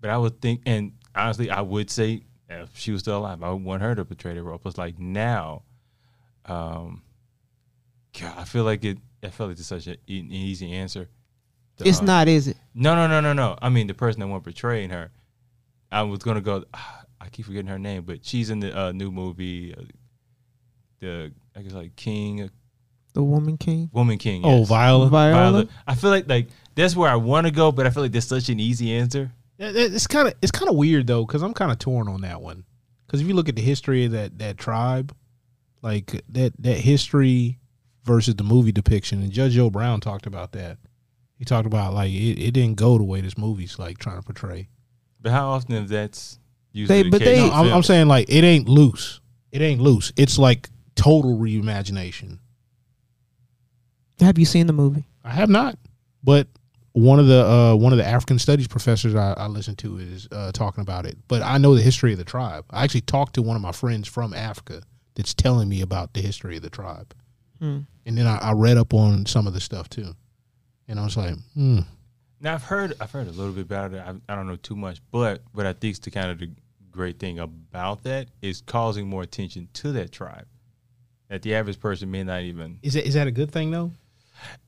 [SPEAKER 3] but I would think, and honestly, I would say if she was still alive, I would want her to portray the role. But like now, um, God, I feel like it. I feel like it's such a- e, an easy answer. to,
[SPEAKER 5] It's
[SPEAKER 3] uh,
[SPEAKER 5] not, is it?
[SPEAKER 3] No, no, no, no, no. I mean, the person that went portraying her, I was gonna go. ah, I keep forgetting her name, but she's in the uh, new movie, uh, the I guess like King,
[SPEAKER 5] The Woman King.
[SPEAKER 3] Woman King.
[SPEAKER 4] Oh,
[SPEAKER 3] yes.
[SPEAKER 4] Viola.
[SPEAKER 5] Viola.
[SPEAKER 3] Viola. I feel like like that's where I want to go, but I feel like that's such an easy answer.
[SPEAKER 4] It- it- It's kind of it's kind of weird though, because I'm kind of torn on that one. Because if you look at the history of that that tribe, like that that history versus the movie depiction, and Judge Joe Brown talked about that. He talked about like it, it didn't go the way this movie's like trying to portray.
[SPEAKER 3] But how often is that's usually
[SPEAKER 5] They-
[SPEAKER 3] the
[SPEAKER 5] but
[SPEAKER 3] case?
[SPEAKER 4] No,
[SPEAKER 5] they-
[SPEAKER 3] in
[SPEAKER 4] I'm, I'm
[SPEAKER 3] films?
[SPEAKER 4] saying like it ain't loose. It ain't loose. It's like total reimagination.
[SPEAKER 5] Have you seen the movie?
[SPEAKER 4] I have not, but one of the uh, one of the African studies professors I, I listen to is uh, talking about it. But I know the history of the tribe. I actually talked to one of my friends from Africa that's telling me about the history of the tribe,
[SPEAKER 5] Hmm.
[SPEAKER 4] and then I, I read up on some of the stuff too, and I was like, hmm,
[SPEAKER 3] now I've heard I've heard a little bit about it. I, I don't know too much, but what I think's the kind of the great thing about that is causing more attention to that tribe that the average person may not even.
[SPEAKER 4] is that is that a good thing though?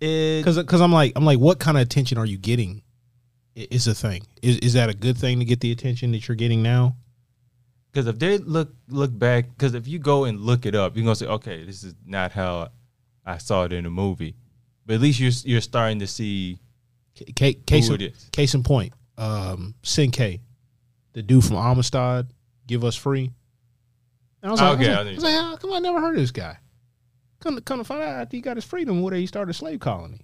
[SPEAKER 3] It,
[SPEAKER 4] Because I'm like I'm like, what kind of attention are you getting? i- Is the thing is is that a good thing to get the attention that you're getting now?
[SPEAKER 3] because if they look look back, because if you go and look it up, you're gonna say, okay, this is not how I saw it in the movie. But at least you're you're starting to see
[SPEAKER 4] C- ca- case
[SPEAKER 3] who
[SPEAKER 4] in-
[SPEAKER 3] it is.
[SPEAKER 4] Case in point, um, Sin K, the dude from Amistad, give us free. And I was like,
[SPEAKER 3] Okay,
[SPEAKER 4] I
[SPEAKER 3] I
[SPEAKER 4] was like,
[SPEAKER 3] knew-
[SPEAKER 4] I was like, how come I never heard of this guy? Come to, come to find out, after he got his freedom, where he started a slave colony.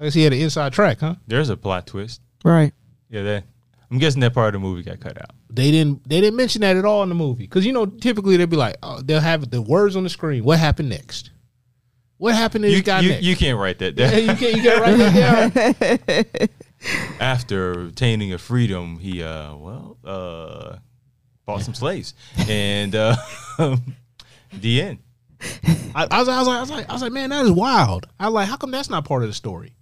[SPEAKER 4] I guess he had an inside track, huh?
[SPEAKER 3] There's a plot twist.
[SPEAKER 5] Right.
[SPEAKER 3] Yeah, that I'm guessing that part of the movie got cut out.
[SPEAKER 4] They didn't they didn't mention that at all in the movie because you know typically they'd be like, oh, they'll have the words on the screen. What happened next? What happened to
[SPEAKER 3] You,
[SPEAKER 4] this guy
[SPEAKER 3] you,
[SPEAKER 4] next?
[SPEAKER 3] you can't write that down.
[SPEAKER 4] Yeah, you can't you can't write that down.
[SPEAKER 3] after obtaining a freedom, he uh well uh bought some slaves and uh the end.
[SPEAKER 4] I, I, was, I was like, I was like, I was like, man, that is wild. I was like, how come that's not part of the story?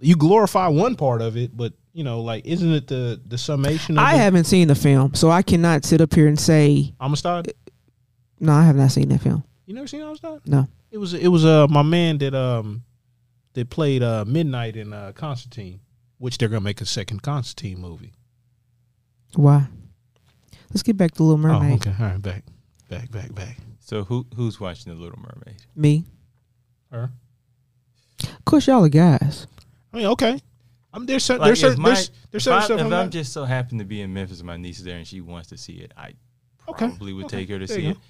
[SPEAKER 4] You glorify one part of it, but you know, like, isn't it the the summation? of
[SPEAKER 5] I
[SPEAKER 4] it?
[SPEAKER 5] haven't seen the film, so I cannot sit up here and say
[SPEAKER 4] Amistad.
[SPEAKER 5] no. I have not seen that film.
[SPEAKER 4] You never seen Amistad?
[SPEAKER 5] No.
[SPEAKER 4] It was it was uh my man that um that played uh Midnight in uh Constantine, which they're gonna make a second Constantine movie.
[SPEAKER 5] Why? Let's get back to Little Mermaid.
[SPEAKER 4] Oh, okay, all right, back, back, back, back.
[SPEAKER 3] So who who's watching the Little Mermaid?
[SPEAKER 5] Me.
[SPEAKER 4] Her.
[SPEAKER 5] Of course, y'all are guys.
[SPEAKER 4] I mean, okay. I mean, there's certain
[SPEAKER 3] Like,
[SPEAKER 4] there's
[SPEAKER 3] if
[SPEAKER 4] certain
[SPEAKER 3] my-
[SPEAKER 4] there's,
[SPEAKER 3] If,
[SPEAKER 4] there's certain
[SPEAKER 3] I,
[SPEAKER 4] stuff. I'm
[SPEAKER 3] am
[SPEAKER 4] not-
[SPEAKER 3] just so happen to be in Memphis and my niece is there and she wants to see it, I
[SPEAKER 4] Okay,
[SPEAKER 3] probably would
[SPEAKER 4] okay,
[SPEAKER 3] take her to
[SPEAKER 4] there
[SPEAKER 3] see
[SPEAKER 4] you
[SPEAKER 3] it.
[SPEAKER 4] go.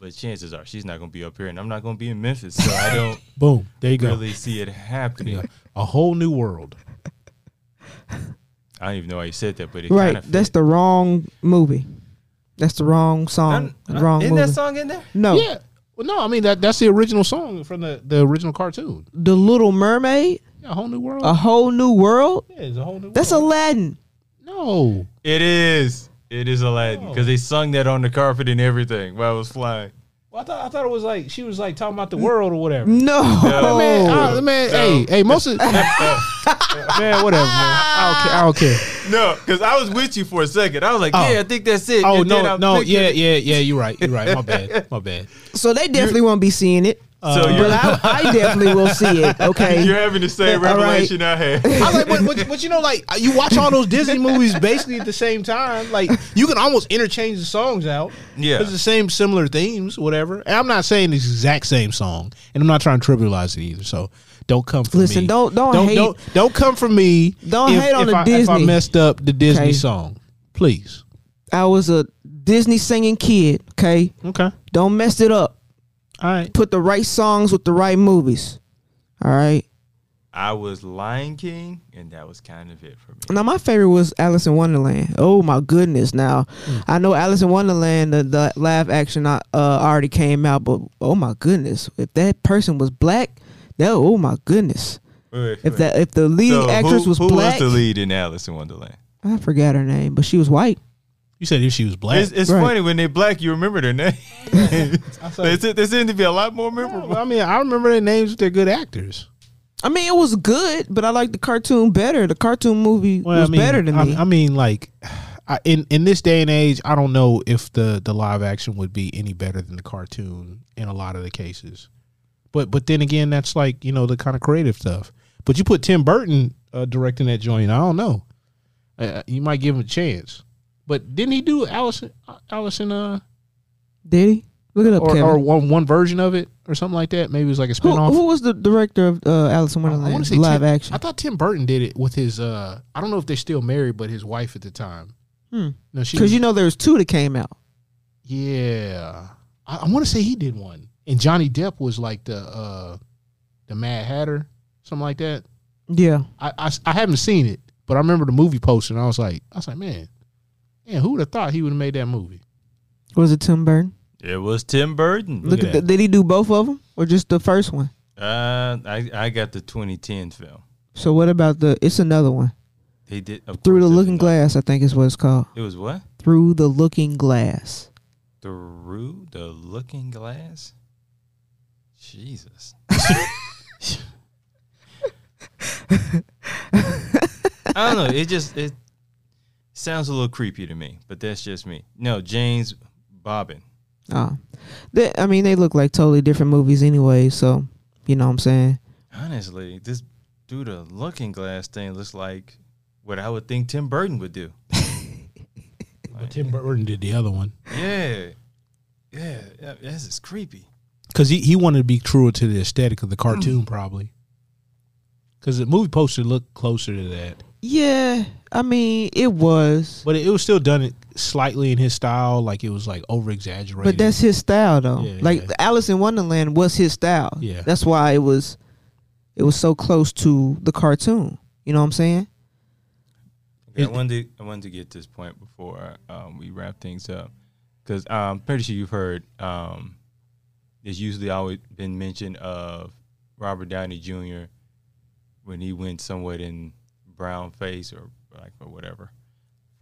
[SPEAKER 3] But chances are she's not going to be up here, and I'm not going to be in Memphis, so I don't
[SPEAKER 4] Boom, there you go.
[SPEAKER 3] really see it happening.
[SPEAKER 4] Yeah. A whole new world.
[SPEAKER 3] I don't even know why you said that, but it kind
[SPEAKER 5] right.
[SPEAKER 3] of
[SPEAKER 5] That's the wrong movie. That's the wrong song. wrong
[SPEAKER 3] Isn't
[SPEAKER 5] movie.
[SPEAKER 3] that song in there?
[SPEAKER 5] no.
[SPEAKER 4] Yeah. Well, no, I mean that that's the original song from the, the original cartoon.
[SPEAKER 5] The Little Mermaid.
[SPEAKER 4] Yeah, a whole new world.
[SPEAKER 5] A whole new world.
[SPEAKER 4] yeah, it's a whole new
[SPEAKER 5] Uh, That's
[SPEAKER 4] world.
[SPEAKER 5] Aladdin.
[SPEAKER 4] no.
[SPEAKER 3] It is. It is Aladdin because they sung that on the carpet and everything while I was flying.
[SPEAKER 4] Well, I thought I thought it was like she was like talking about the world or whatever.
[SPEAKER 5] No.
[SPEAKER 4] Man, I- man,
[SPEAKER 3] No.
[SPEAKER 4] hey, hey, most of man, whatever, man. I don't care. I don't care.
[SPEAKER 3] No, because I was with you for a second. I was like,
[SPEAKER 4] Oh.
[SPEAKER 3] yeah, I think that's it.
[SPEAKER 4] Oh
[SPEAKER 3] And then
[SPEAKER 4] no,
[SPEAKER 3] I'm
[SPEAKER 4] no,
[SPEAKER 3] thinking-
[SPEAKER 4] yeah, yeah, yeah. You're right. You're right. My bad. My bad.
[SPEAKER 5] So they definitely won't be seeing it.
[SPEAKER 3] So
[SPEAKER 5] But
[SPEAKER 3] you're,
[SPEAKER 5] I, I definitely will see it. Okay.
[SPEAKER 3] you're having the same
[SPEAKER 5] All right.
[SPEAKER 3] revelation I had.
[SPEAKER 4] I like, but, but, but you know, like uh, you watch all those Disney movies basically at the same time. Like you can almost interchange the songs out.
[SPEAKER 3] Yeah.
[SPEAKER 4] it's the same similar themes, whatever. And I'm not saying it's the exact same song, and I'm not trying to trivialize it either. So don't come for
[SPEAKER 5] Listen,
[SPEAKER 4] me.
[SPEAKER 5] don't- don't
[SPEAKER 4] don't
[SPEAKER 5] hate-
[SPEAKER 4] don't, don't come for me.
[SPEAKER 5] Don't
[SPEAKER 4] if-
[SPEAKER 5] hate on
[SPEAKER 4] if
[SPEAKER 5] the
[SPEAKER 4] I, If I
[SPEAKER 5] Disney.
[SPEAKER 4] messed up the Disney
[SPEAKER 5] Okay.
[SPEAKER 4] song, please.
[SPEAKER 5] I was a Disney singing kid. Okay.
[SPEAKER 4] Okay, all
[SPEAKER 5] Don't mess it up.
[SPEAKER 4] right.
[SPEAKER 5] Put the right songs with the right movies. All right.
[SPEAKER 3] I was Lion King, and that was kind of it for me.
[SPEAKER 5] Now my favorite was Alice in Wonderland. Oh my goodness! Now I know Alice in Wonderland, the, the live action uh, uh, already came out, but oh my goodness, if that person was black, that oh my goodness,
[SPEAKER 3] Wait, wait,
[SPEAKER 5] if
[SPEAKER 3] wait.
[SPEAKER 5] that if the lead
[SPEAKER 3] So
[SPEAKER 5] actress
[SPEAKER 3] who,
[SPEAKER 5] was
[SPEAKER 3] who
[SPEAKER 5] black,
[SPEAKER 3] was the lead in Alice in Wonderland?
[SPEAKER 5] I forgot her name, but she was white.
[SPEAKER 4] You said if she was black,
[SPEAKER 3] It's, it's
[SPEAKER 5] Right.
[SPEAKER 3] funny when they're black, you remember their name. they, se- they seem to be a lot more memorable.
[SPEAKER 4] I mean, I remember their names. They're good actors.
[SPEAKER 5] I mean, it was good, but I liked the cartoon better. The cartoon movie was
[SPEAKER 4] I mean,
[SPEAKER 5] better than
[SPEAKER 4] I,
[SPEAKER 5] me.
[SPEAKER 4] I mean, like, I, in in this day and age, I don't know if the the live action would be any better than the cartoon in a lot of the cases. But but then again, that's like you know the kind of creative stuff. But you put Tim Burton uh, directing that joint, I don't know. Uh, you might give him a chance. But didn't he do Allison Allison uh
[SPEAKER 5] Did he look it up,
[SPEAKER 4] or,
[SPEAKER 5] Kevin?
[SPEAKER 4] or one one version of it or something like that? Maybe it was like a
[SPEAKER 5] who,
[SPEAKER 4] spinoff.
[SPEAKER 5] who was the director of uh, Alice in
[SPEAKER 4] I- I want
[SPEAKER 5] Wonderland
[SPEAKER 4] to say
[SPEAKER 5] live
[SPEAKER 4] Tim-
[SPEAKER 5] action?
[SPEAKER 4] I thought Tim Burton did it with his. uh I don't know if they're still married, but his wife at the time.
[SPEAKER 5] Hmm.
[SPEAKER 4] No, she.
[SPEAKER 5] Because you know, there was two that came out.
[SPEAKER 4] yeah, I, I want to say he did one, and Johnny Depp was like the uh the Mad Hatter, something like that.
[SPEAKER 5] Yeah.
[SPEAKER 4] I I, I haven't seen it, but I remember the movie poster, and I was like, I was like, man, man, who would have thought he would have made that movie?
[SPEAKER 5] Was it Tim Burton?
[SPEAKER 3] It was Tim Burton.
[SPEAKER 5] Look,
[SPEAKER 4] Look
[SPEAKER 5] at
[SPEAKER 4] at
[SPEAKER 5] the,
[SPEAKER 4] that.
[SPEAKER 5] did he do both of them or just the first one?
[SPEAKER 3] Uh, I, I got the 2010 film.
[SPEAKER 5] So what about the? It's another one.
[SPEAKER 3] They did of
[SPEAKER 5] Through
[SPEAKER 3] course,
[SPEAKER 5] the
[SPEAKER 3] it's
[SPEAKER 5] Looking
[SPEAKER 3] not-
[SPEAKER 5] Glass, I think is what it's called.
[SPEAKER 3] It was what?
[SPEAKER 5] Through the Looking Glass.
[SPEAKER 3] Through the Looking Glass. Jesus. I don't know. It just it sounds a little creepy to me, but that's just me. No, James Bobbin.
[SPEAKER 5] Oh, they, I mean, they look like totally different movies anyway. So you know what I'm saying?
[SPEAKER 3] Honestly, this through the Looking Glass thing looks like what I would think Tim Burton would do.
[SPEAKER 4] But Tim Burton did the other one
[SPEAKER 3] Yeah, yeah, yeah, this is creepy.
[SPEAKER 4] because he he wanted to be truer to the aesthetic of the cartoon, probably. Because the movie poster looked closer to that.
[SPEAKER 5] Yeah, I mean, it was,
[SPEAKER 4] But it, it was still done it slightly in his style, like it was like over exaggerated.
[SPEAKER 5] but that's his style though.
[SPEAKER 4] Yeah,
[SPEAKER 5] like
[SPEAKER 4] yeah.
[SPEAKER 5] Alice in Wonderland was his style.
[SPEAKER 4] Yeah.
[SPEAKER 5] that's why it was, it was so close to the cartoon. You know what I'm saying?
[SPEAKER 3] Okay, I
[SPEAKER 4] It-
[SPEAKER 3] wanted to, I wanted to get this point before um, we wrap things up because I'm pretty sure you've heard um, there's usually always been mention of Robert Downey Jr. when he went somewhat in brown face or like or whatever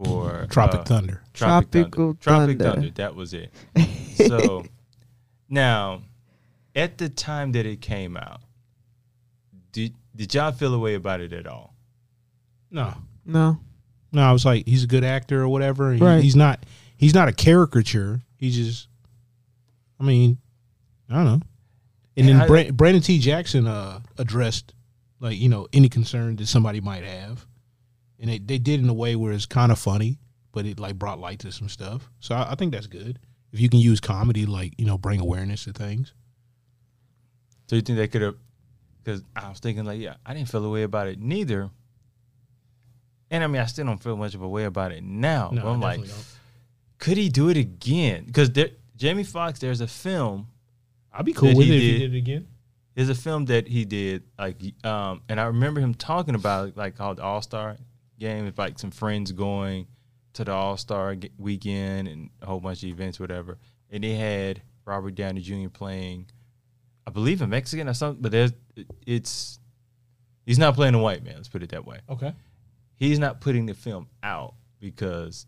[SPEAKER 3] for
[SPEAKER 4] Tropic
[SPEAKER 3] uh,
[SPEAKER 4] Thunder.
[SPEAKER 3] Tropic
[SPEAKER 5] Tropical
[SPEAKER 3] Thunder. Tropic
[SPEAKER 5] Thunder.
[SPEAKER 3] Thunder. That was it. So now, at the time that it came out, did did y'all feel a way about it at all?
[SPEAKER 4] No,
[SPEAKER 5] No.
[SPEAKER 4] no, I was like, he's a good actor or whatever. He-
[SPEAKER 5] Right.
[SPEAKER 4] He's not. He's not a caricature. He's just. I mean, I don't know. And
[SPEAKER 3] Yeah,
[SPEAKER 4] then
[SPEAKER 3] I-
[SPEAKER 4] Bra- Brandon T. Jackson uh, addressed, like you know, any concern that somebody might have, and they they did in a way where it's kind of funny, but it like brought light to some stuff. So I, I think that's good if you can use comedy, like you know, bring awareness to things.
[SPEAKER 3] So you think they could have? Because I was thinking like, yeah, I didn't feel a way about it neither. And I mean, I still don't feel much of a way about it now.
[SPEAKER 4] No,
[SPEAKER 3] but I'm
[SPEAKER 4] I
[SPEAKER 3] like,
[SPEAKER 4] definitely don't.
[SPEAKER 3] could he do it again? Because there, Jamie Foxx, there's a film.
[SPEAKER 4] I'd be cool
[SPEAKER 3] that
[SPEAKER 4] with it
[SPEAKER 3] he
[SPEAKER 4] if you
[SPEAKER 3] did.
[SPEAKER 4] did it again.
[SPEAKER 3] There's a film that he did, like, um, and I remember him talking about it, like called All Star Game, with like some friends going to the All Star weekend and a whole bunch of events, whatever. And they had Robert Downey Jr. playing, I believe, a Mexican or something, but there's, it's he's not playing a white man. Let's put it that way.
[SPEAKER 4] Okay.
[SPEAKER 3] He's not putting the film out because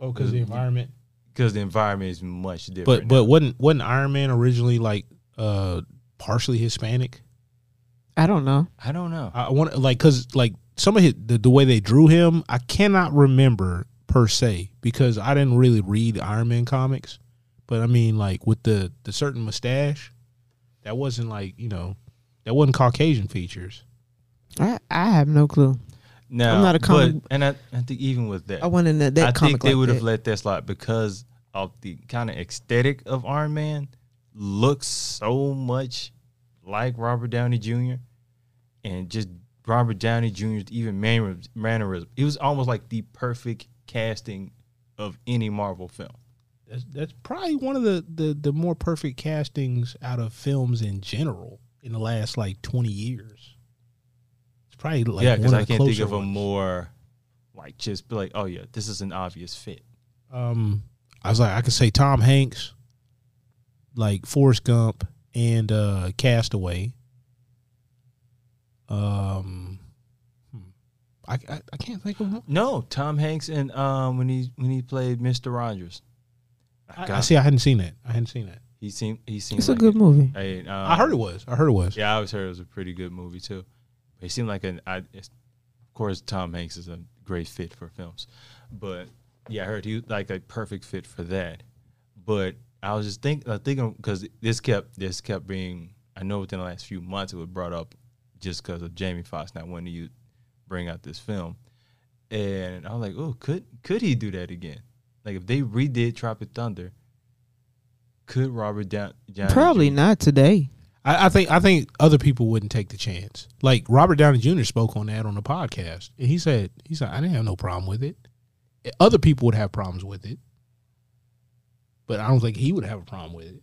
[SPEAKER 4] Oh, because the environment.
[SPEAKER 3] because the environment is much different.
[SPEAKER 4] But
[SPEAKER 3] now.
[SPEAKER 4] but wasn't wasn't Iron Man originally like uh partially Hispanic?
[SPEAKER 5] I don't know.
[SPEAKER 3] I don't know.
[SPEAKER 4] I want like because like some of his, the the way they drew him, I cannot remember per se because I didn't really read Iron Man comics. But I mean, like with the the certain mustache, That wasn't like you know, that wasn't Caucasian features.
[SPEAKER 5] I, I have no clue.
[SPEAKER 3] Now,
[SPEAKER 5] I'm not a
[SPEAKER 3] But,
[SPEAKER 5] comic-
[SPEAKER 3] and I, I think even with that,
[SPEAKER 5] I went in that, that
[SPEAKER 3] I
[SPEAKER 5] comic
[SPEAKER 3] think they
[SPEAKER 5] like
[SPEAKER 3] would have
[SPEAKER 5] that.
[SPEAKER 3] let that slide because of the kind of aesthetic of Iron Man looks so much like Robert Downey Jr. and just Robert Downey Jr.'s even manner- mannerism. It was almost like the perfect casting of any Marvel film.
[SPEAKER 4] That's, that's probably one of the, the the more perfect castings out of films in general in the last like twenty years. It's probably like
[SPEAKER 3] yeah,
[SPEAKER 4] one
[SPEAKER 3] because
[SPEAKER 4] of
[SPEAKER 3] I
[SPEAKER 4] the
[SPEAKER 3] can't think
[SPEAKER 4] closer
[SPEAKER 3] of a
[SPEAKER 4] ones.
[SPEAKER 3] more like just be like, oh yeah, this is an obvious fit.
[SPEAKER 4] um I was like I could say Tom Hanks, like Forrest Gump and uh Castaway. Um hmm. I, I, I can't think of one.
[SPEAKER 3] No, Tom Hanks and um when he when he played Mister Rogers,
[SPEAKER 4] I, I
[SPEAKER 3] God.
[SPEAKER 4] see I hadn't seen that. I hadn't seen that.
[SPEAKER 3] he seemed he seemed.
[SPEAKER 5] It's a
[SPEAKER 3] like
[SPEAKER 5] good
[SPEAKER 3] it.
[SPEAKER 5] movie.
[SPEAKER 3] I, um,
[SPEAKER 4] I heard it was. I heard it was.
[SPEAKER 3] Yeah, I always heard it was a pretty good movie too. But he seemed like an. I, it's, of course, Tom Hanks is a great fit for films, but yeah, I heard he was like a perfect fit for that. But I was just think, uh, thinking because this kept this kept being. I know within the last few months it was brought up just because of Jamie Foxx not wanting to u- bring out this film, and I was like, oh, could could he do that again? Like if they redid Tropic Thunder, could Robert Down? Downey
[SPEAKER 5] Probably
[SPEAKER 3] Jr.
[SPEAKER 5] not today.
[SPEAKER 4] I, I think I think other people wouldn't take the chance. Like Robert Downey Jr. spoke on that on the podcast, and he said he said I didn't have no problem with it. Other people would have problems with it, but I don't think he would have a problem with it.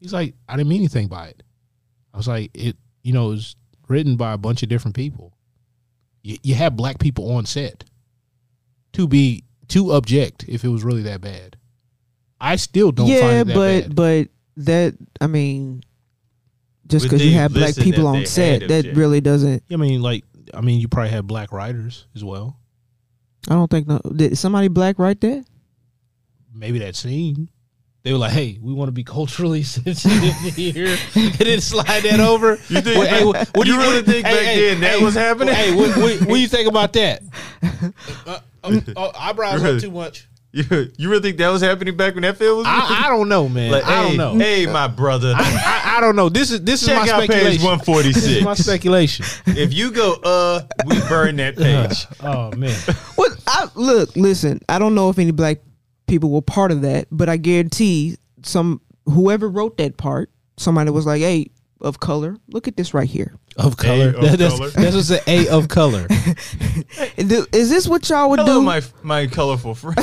[SPEAKER 4] He's like I didn't mean anything by it. I was like it, you know, it was written by a bunch of different people. You, you have black people on set to be to object if it was really that bad. I still don't find
[SPEAKER 5] yeah,
[SPEAKER 4] it that
[SPEAKER 5] but
[SPEAKER 4] bad.
[SPEAKER 5] but that I mean, just
[SPEAKER 3] But
[SPEAKER 5] because you
[SPEAKER 3] they
[SPEAKER 5] have black
[SPEAKER 3] listed
[SPEAKER 5] people
[SPEAKER 3] that they
[SPEAKER 5] on
[SPEAKER 3] had
[SPEAKER 5] set, that
[SPEAKER 3] object-
[SPEAKER 5] really doesn't.
[SPEAKER 4] I mean, like I mean, you probably had black writers as well.
[SPEAKER 5] I don't think no. Did somebody black right there?
[SPEAKER 4] maybe that scene. They were like, "Hey, we want to be culturally sensitive here," and then slide that over. You think? hey, what, what do you really think
[SPEAKER 3] back then that was happening?
[SPEAKER 4] Hey, what, what, what do you think about that? Uh, oh, oh, eyebrows
[SPEAKER 3] Really?
[SPEAKER 4] up too much.
[SPEAKER 3] You, you really think that was happening back when that film was?
[SPEAKER 4] I, I don't know, man.
[SPEAKER 3] Like,
[SPEAKER 4] I
[SPEAKER 3] hey,
[SPEAKER 4] don't know.
[SPEAKER 3] Hey, my brother.
[SPEAKER 4] I, I don't know. This is this is
[SPEAKER 3] check
[SPEAKER 4] my
[SPEAKER 3] out
[SPEAKER 4] speculation.
[SPEAKER 3] page one forty
[SPEAKER 4] This is my
[SPEAKER 3] six.
[SPEAKER 4] speculation.
[SPEAKER 3] If you go, uh, we burn that page.
[SPEAKER 4] oh man,
[SPEAKER 5] Well, I, look, listen. I don't know if any black people were part of that, but I guarantee some whoever wrote that part, somebody was like, "Hey, of color, look at this right here.
[SPEAKER 4] of color.
[SPEAKER 3] of
[SPEAKER 4] that's,
[SPEAKER 3] color.
[SPEAKER 4] that's what's an A of color.
[SPEAKER 5] Th- Is this what y'all would
[SPEAKER 3] Hello,
[SPEAKER 5] do?
[SPEAKER 3] my my colorful friend.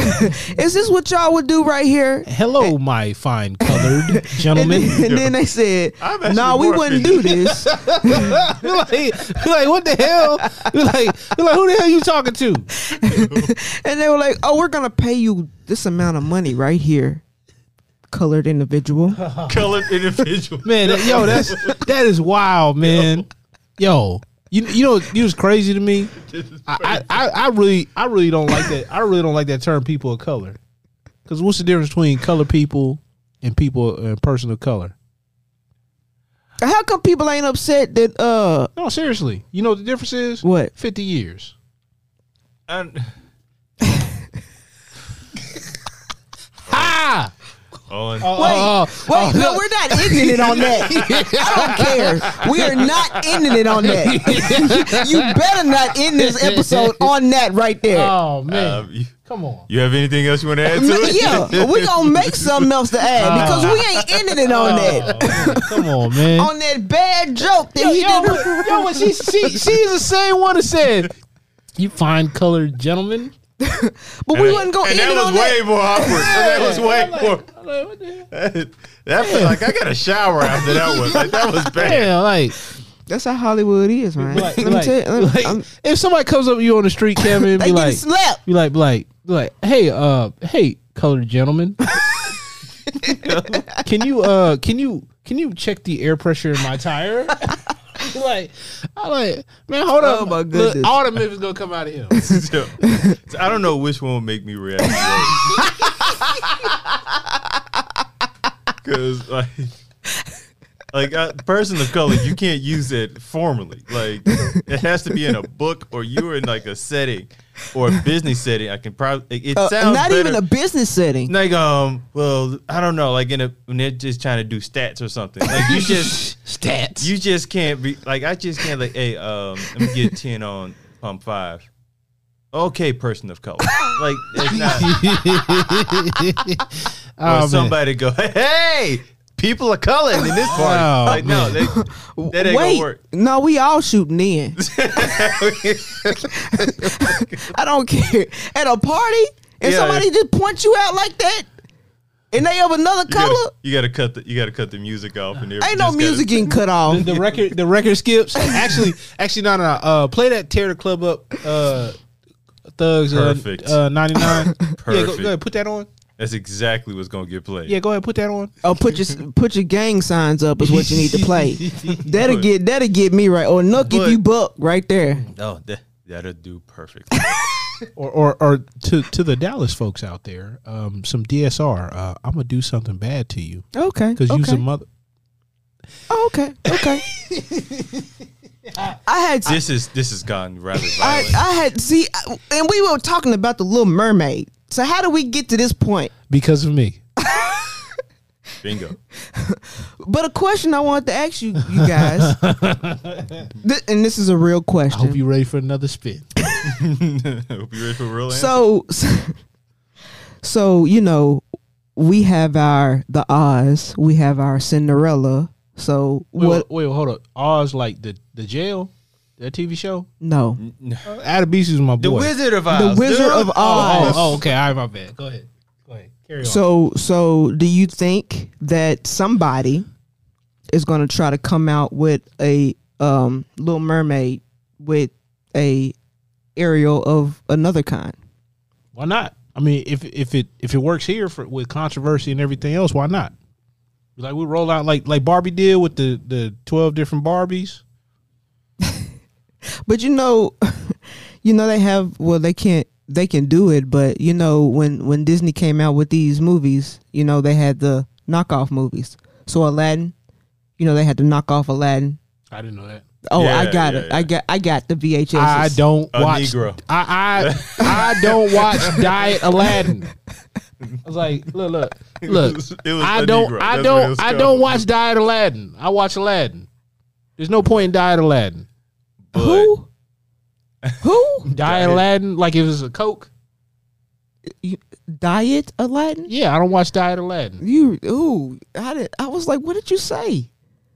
[SPEAKER 5] Is this what y'all would do right here?"
[SPEAKER 4] Hello, my fine colored
[SPEAKER 5] And
[SPEAKER 4] gentleman.
[SPEAKER 5] then, and then they said,
[SPEAKER 3] I'm
[SPEAKER 5] "No,
[SPEAKER 3] actually
[SPEAKER 5] we
[SPEAKER 3] more
[SPEAKER 5] wouldn't do this."
[SPEAKER 4] We're like, we're like, what the hell? We're like, we're like, who the hell you talking to?
[SPEAKER 5] And they were like, "Oh, we're gonna pay you this amount of money right here, colored individual."
[SPEAKER 3] Colored individual.
[SPEAKER 4] Man, that- yo, that's that is wild, man. Yo, you you know you was crazy to me. I, I, I I really I really don't like that. I really don't like that term people of color. Cause what's the difference between colored people and people and person of color?
[SPEAKER 5] How come people ain't upset that? Uh,
[SPEAKER 4] No, seriously. You know what the difference is?
[SPEAKER 5] What?
[SPEAKER 4] Fifty years.
[SPEAKER 3] And-
[SPEAKER 4] Ah!
[SPEAKER 3] on
[SPEAKER 5] wait,
[SPEAKER 4] oh,
[SPEAKER 5] wait, no, we're not ending it on that. I don't care. We are not ending it on that. you better not end this episode on that right there.
[SPEAKER 4] Oh man.
[SPEAKER 3] um, you,
[SPEAKER 4] Come on.
[SPEAKER 3] you have anything else you want to add to it?
[SPEAKER 5] yeah, we gonna make something else to add because we ain't ending it
[SPEAKER 4] Oh.
[SPEAKER 5] on that.
[SPEAKER 4] Come on, man.
[SPEAKER 5] On that bad joke that he
[SPEAKER 4] yo,
[SPEAKER 5] did.
[SPEAKER 4] yo, yo, but she, she, she's the same one that said, "You fine colored gentlemen."
[SPEAKER 5] But we wasn't gonna
[SPEAKER 3] And
[SPEAKER 5] end
[SPEAKER 3] that was
[SPEAKER 5] it on
[SPEAKER 3] way
[SPEAKER 5] that.
[SPEAKER 3] more awkward. That was way more.
[SPEAKER 4] I'm like, what the hell?
[SPEAKER 3] That was like I got a shower after that one. Like that was bad.
[SPEAKER 4] Yeah, like,
[SPEAKER 5] That's how Hollywood is, man.
[SPEAKER 4] like,
[SPEAKER 5] Let me
[SPEAKER 4] like,
[SPEAKER 5] tell you, let me-
[SPEAKER 4] like,
[SPEAKER 5] I'm-
[SPEAKER 4] if somebody comes up to you on the street, Kevin, and be
[SPEAKER 5] they getting
[SPEAKER 4] like,
[SPEAKER 5] slapped.
[SPEAKER 4] be like, be like, be like, hey, uh, hey, colored gentlemen, can you, uh, can you, can you check the air pressure in my tire? like, I like, man, hold
[SPEAKER 5] Oh,
[SPEAKER 4] up,
[SPEAKER 5] my
[SPEAKER 4] Look,
[SPEAKER 5] goodness.
[SPEAKER 4] all the myth is gonna come out of him.
[SPEAKER 3] So, so I don't know which one would make me react. Because like, Like a person of color, you can't use it formally. Like it has to be in a book or you are in like a setting or a business setting. I can probably it, it
[SPEAKER 5] Uh,
[SPEAKER 3] sounds
[SPEAKER 5] not even
[SPEAKER 3] better-
[SPEAKER 5] a business setting.
[SPEAKER 3] like um well I don't know like in a when they're just trying to do stats or something like you just
[SPEAKER 5] Stats.
[SPEAKER 3] you just can't be like I just can't like hey um let me get ten on pump five okay person of color like it's not
[SPEAKER 4] Oh,
[SPEAKER 3] or
[SPEAKER 4] man.
[SPEAKER 3] somebody go hey people of color in this party
[SPEAKER 4] Oh,
[SPEAKER 3] like no they, that ain't
[SPEAKER 5] Wait,
[SPEAKER 3] gonna work
[SPEAKER 5] no, we all shooting in. I don't care. At a party, and
[SPEAKER 3] Yeah,
[SPEAKER 5] somebody
[SPEAKER 3] yeah.
[SPEAKER 5] just point you out like that, and they of another
[SPEAKER 3] you
[SPEAKER 5] color,
[SPEAKER 3] gotta, you gotta cut the you gotta cut the music off and
[SPEAKER 5] ain't no music getting cut off.
[SPEAKER 4] the record the record skips. Actually, actually, no, no. Uh, play that tear the club up. Uh, thugs. uh,
[SPEAKER 3] Perfect.
[SPEAKER 4] Uh, ninety nine. Yeah, go,
[SPEAKER 3] Perfect.
[SPEAKER 4] go ahead. Put that on.
[SPEAKER 3] that's exactly what's gonna get played
[SPEAKER 4] Yeah, go ahead. Put that on.
[SPEAKER 5] Oh, put your put your gang signs up is what you need to play. That'll get that'll get me right. Or nook if
[SPEAKER 3] But-
[SPEAKER 5] you buck right there.
[SPEAKER 3] no that that'll do perfectly
[SPEAKER 4] Or, or, or to to the Dallas folks out there, um, some DSR. Uh, I'm gonna do something bad to you
[SPEAKER 5] Okay.
[SPEAKER 4] because you's a mother.
[SPEAKER 5] Oh, okay. Okay. I had
[SPEAKER 3] this is this has gotten rather
[SPEAKER 5] I,
[SPEAKER 3] violent.
[SPEAKER 5] I had see, I- and we were talking about the Little Mermaid. So how do we get to this point?
[SPEAKER 4] because of me.
[SPEAKER 3] Bingo.
[SPEAKER 5] But a question I wanted to ask you, you guys, Th- and this is a real
[SPEAKER 4] I hope
[SPEAKER 5] question.
[SPEAKER 4] you're ready for another spin.
[SPEAKER 3] Hope you ready for a real answer.
[SPEAKER 5] So, so you know, we have our the Oz, we have our Cinderella. So
[SPEAKER 4] Wait,
[SPEAKER 5] what?
[SPEAKER 4] wait, hold up. Oz like the the jail, that TV show.
[SPEAKER 5] No,
[SPEAKER 4] Uh, Adabisi was my boy.
[SPEAKER 3] the Wizard of
[SPEAKER 5] the
[SPEAKER 3] Oz.
[SPEAKER 5] Wizard of
[SPEAKER 3] dude.
[SPEAKER 5] Oz.
[SPEAKER 4] Oh, oh, okay. All right, my bad. Go ahead. Go ahead. Carry on.
[SPEAKER 5] So, so do you think that somebody is going to try to come out with a um, Little Mermaid with a Ariel of another kind?
[SPEAKER 4] Why not? I mean, if if it if it works here for with controversy and everything else, why not? Like we roll out like like Barbie did with the the twelve different Barbies.
[SPEAKER 5] But you know, you know they have. Well, they can't. They can do it, but you know when when Disney came out with these movies, you know they had the knockoff movies. So Aladdin, you know they had to knock off Aladdin.
[SPEAKER 4] I didn't know that.
[SPEAKER 5] Oh, I
[SPEAKER 3] Yeah,
[SPEAKER 5] got
[SPEAKER 3] yeah,
[SPEAKER 5] it. I
[SPEAKER 3] yeah.
[SPEAKER 5] got I got the VHS.
[SPEAKER 4] I don't
[SPEAKER 3] A
[SPEAKER 4] watch.
[SPEAKER 3] Negro.
[SPEAKER 4] I I I don't watch Diet Aladdin. I was like, look, look, look.
[SPEAKER 3] was- it was
[SPEAKER 4] I
[SPEAKER 3] a
[SPEAKER 4] don't,
[SPEAKER 3] Negro. That's
[SPEAKER 4] I
[SPEAKER 3] what it
[SPEAKER 4] don't,
[SPEAKER 3] was
[SPEAKER 4] I
[SPEAKER 3] called.
[SPEAKER 4] don't watch Diet Aladdin. I watch Aladdin. There's no point in Diet Aladdin.
[SPEAKER 3] But
[SPEAKER 5] Who? Who?
[SPEAKER 4] Diet Aladdin, like it was a Coke.
[SPEAKER 5] You- Diet Aladdin?
[SPEAKER 4] Yeah, I don't watch Diet Aladdin.
[SPEAKER 5] You ooh, I did, I was like, what did you say?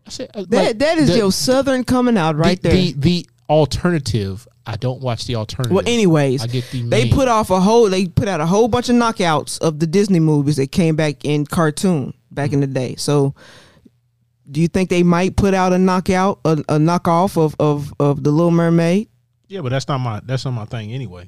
[SPEAKER 4] I said, uh,
[SPEAKER 5] That
[SPEAKER 4] like,
[SPEAKER 5] that is
[SPEAKER 4] the-
[SPEAKER 5] your southern coming out right
[SPEAKER 4] the,
[SPEAKER 5] there.
[SPEAKER 4] The the alternative. I don't watch the alternative.
[SPEAKER 5] well, anyways,
[SPEAKER 4] I get the
[SPEAKER 5] they
[SPEAKER 4] main.
[SPEAKER 5] put off a whole they put out a whole bunch of knockouts of the Disney movies that came back in cartoon back in the
[SPEAKER 4] Mm-hmm.
[SPEAKER 5] day. So do you think they might put out a knockout a, a knockoff of, of of the Little Mermaid?
[SPEAKER 4] Yeah, but that's not my that's not my thing anyway.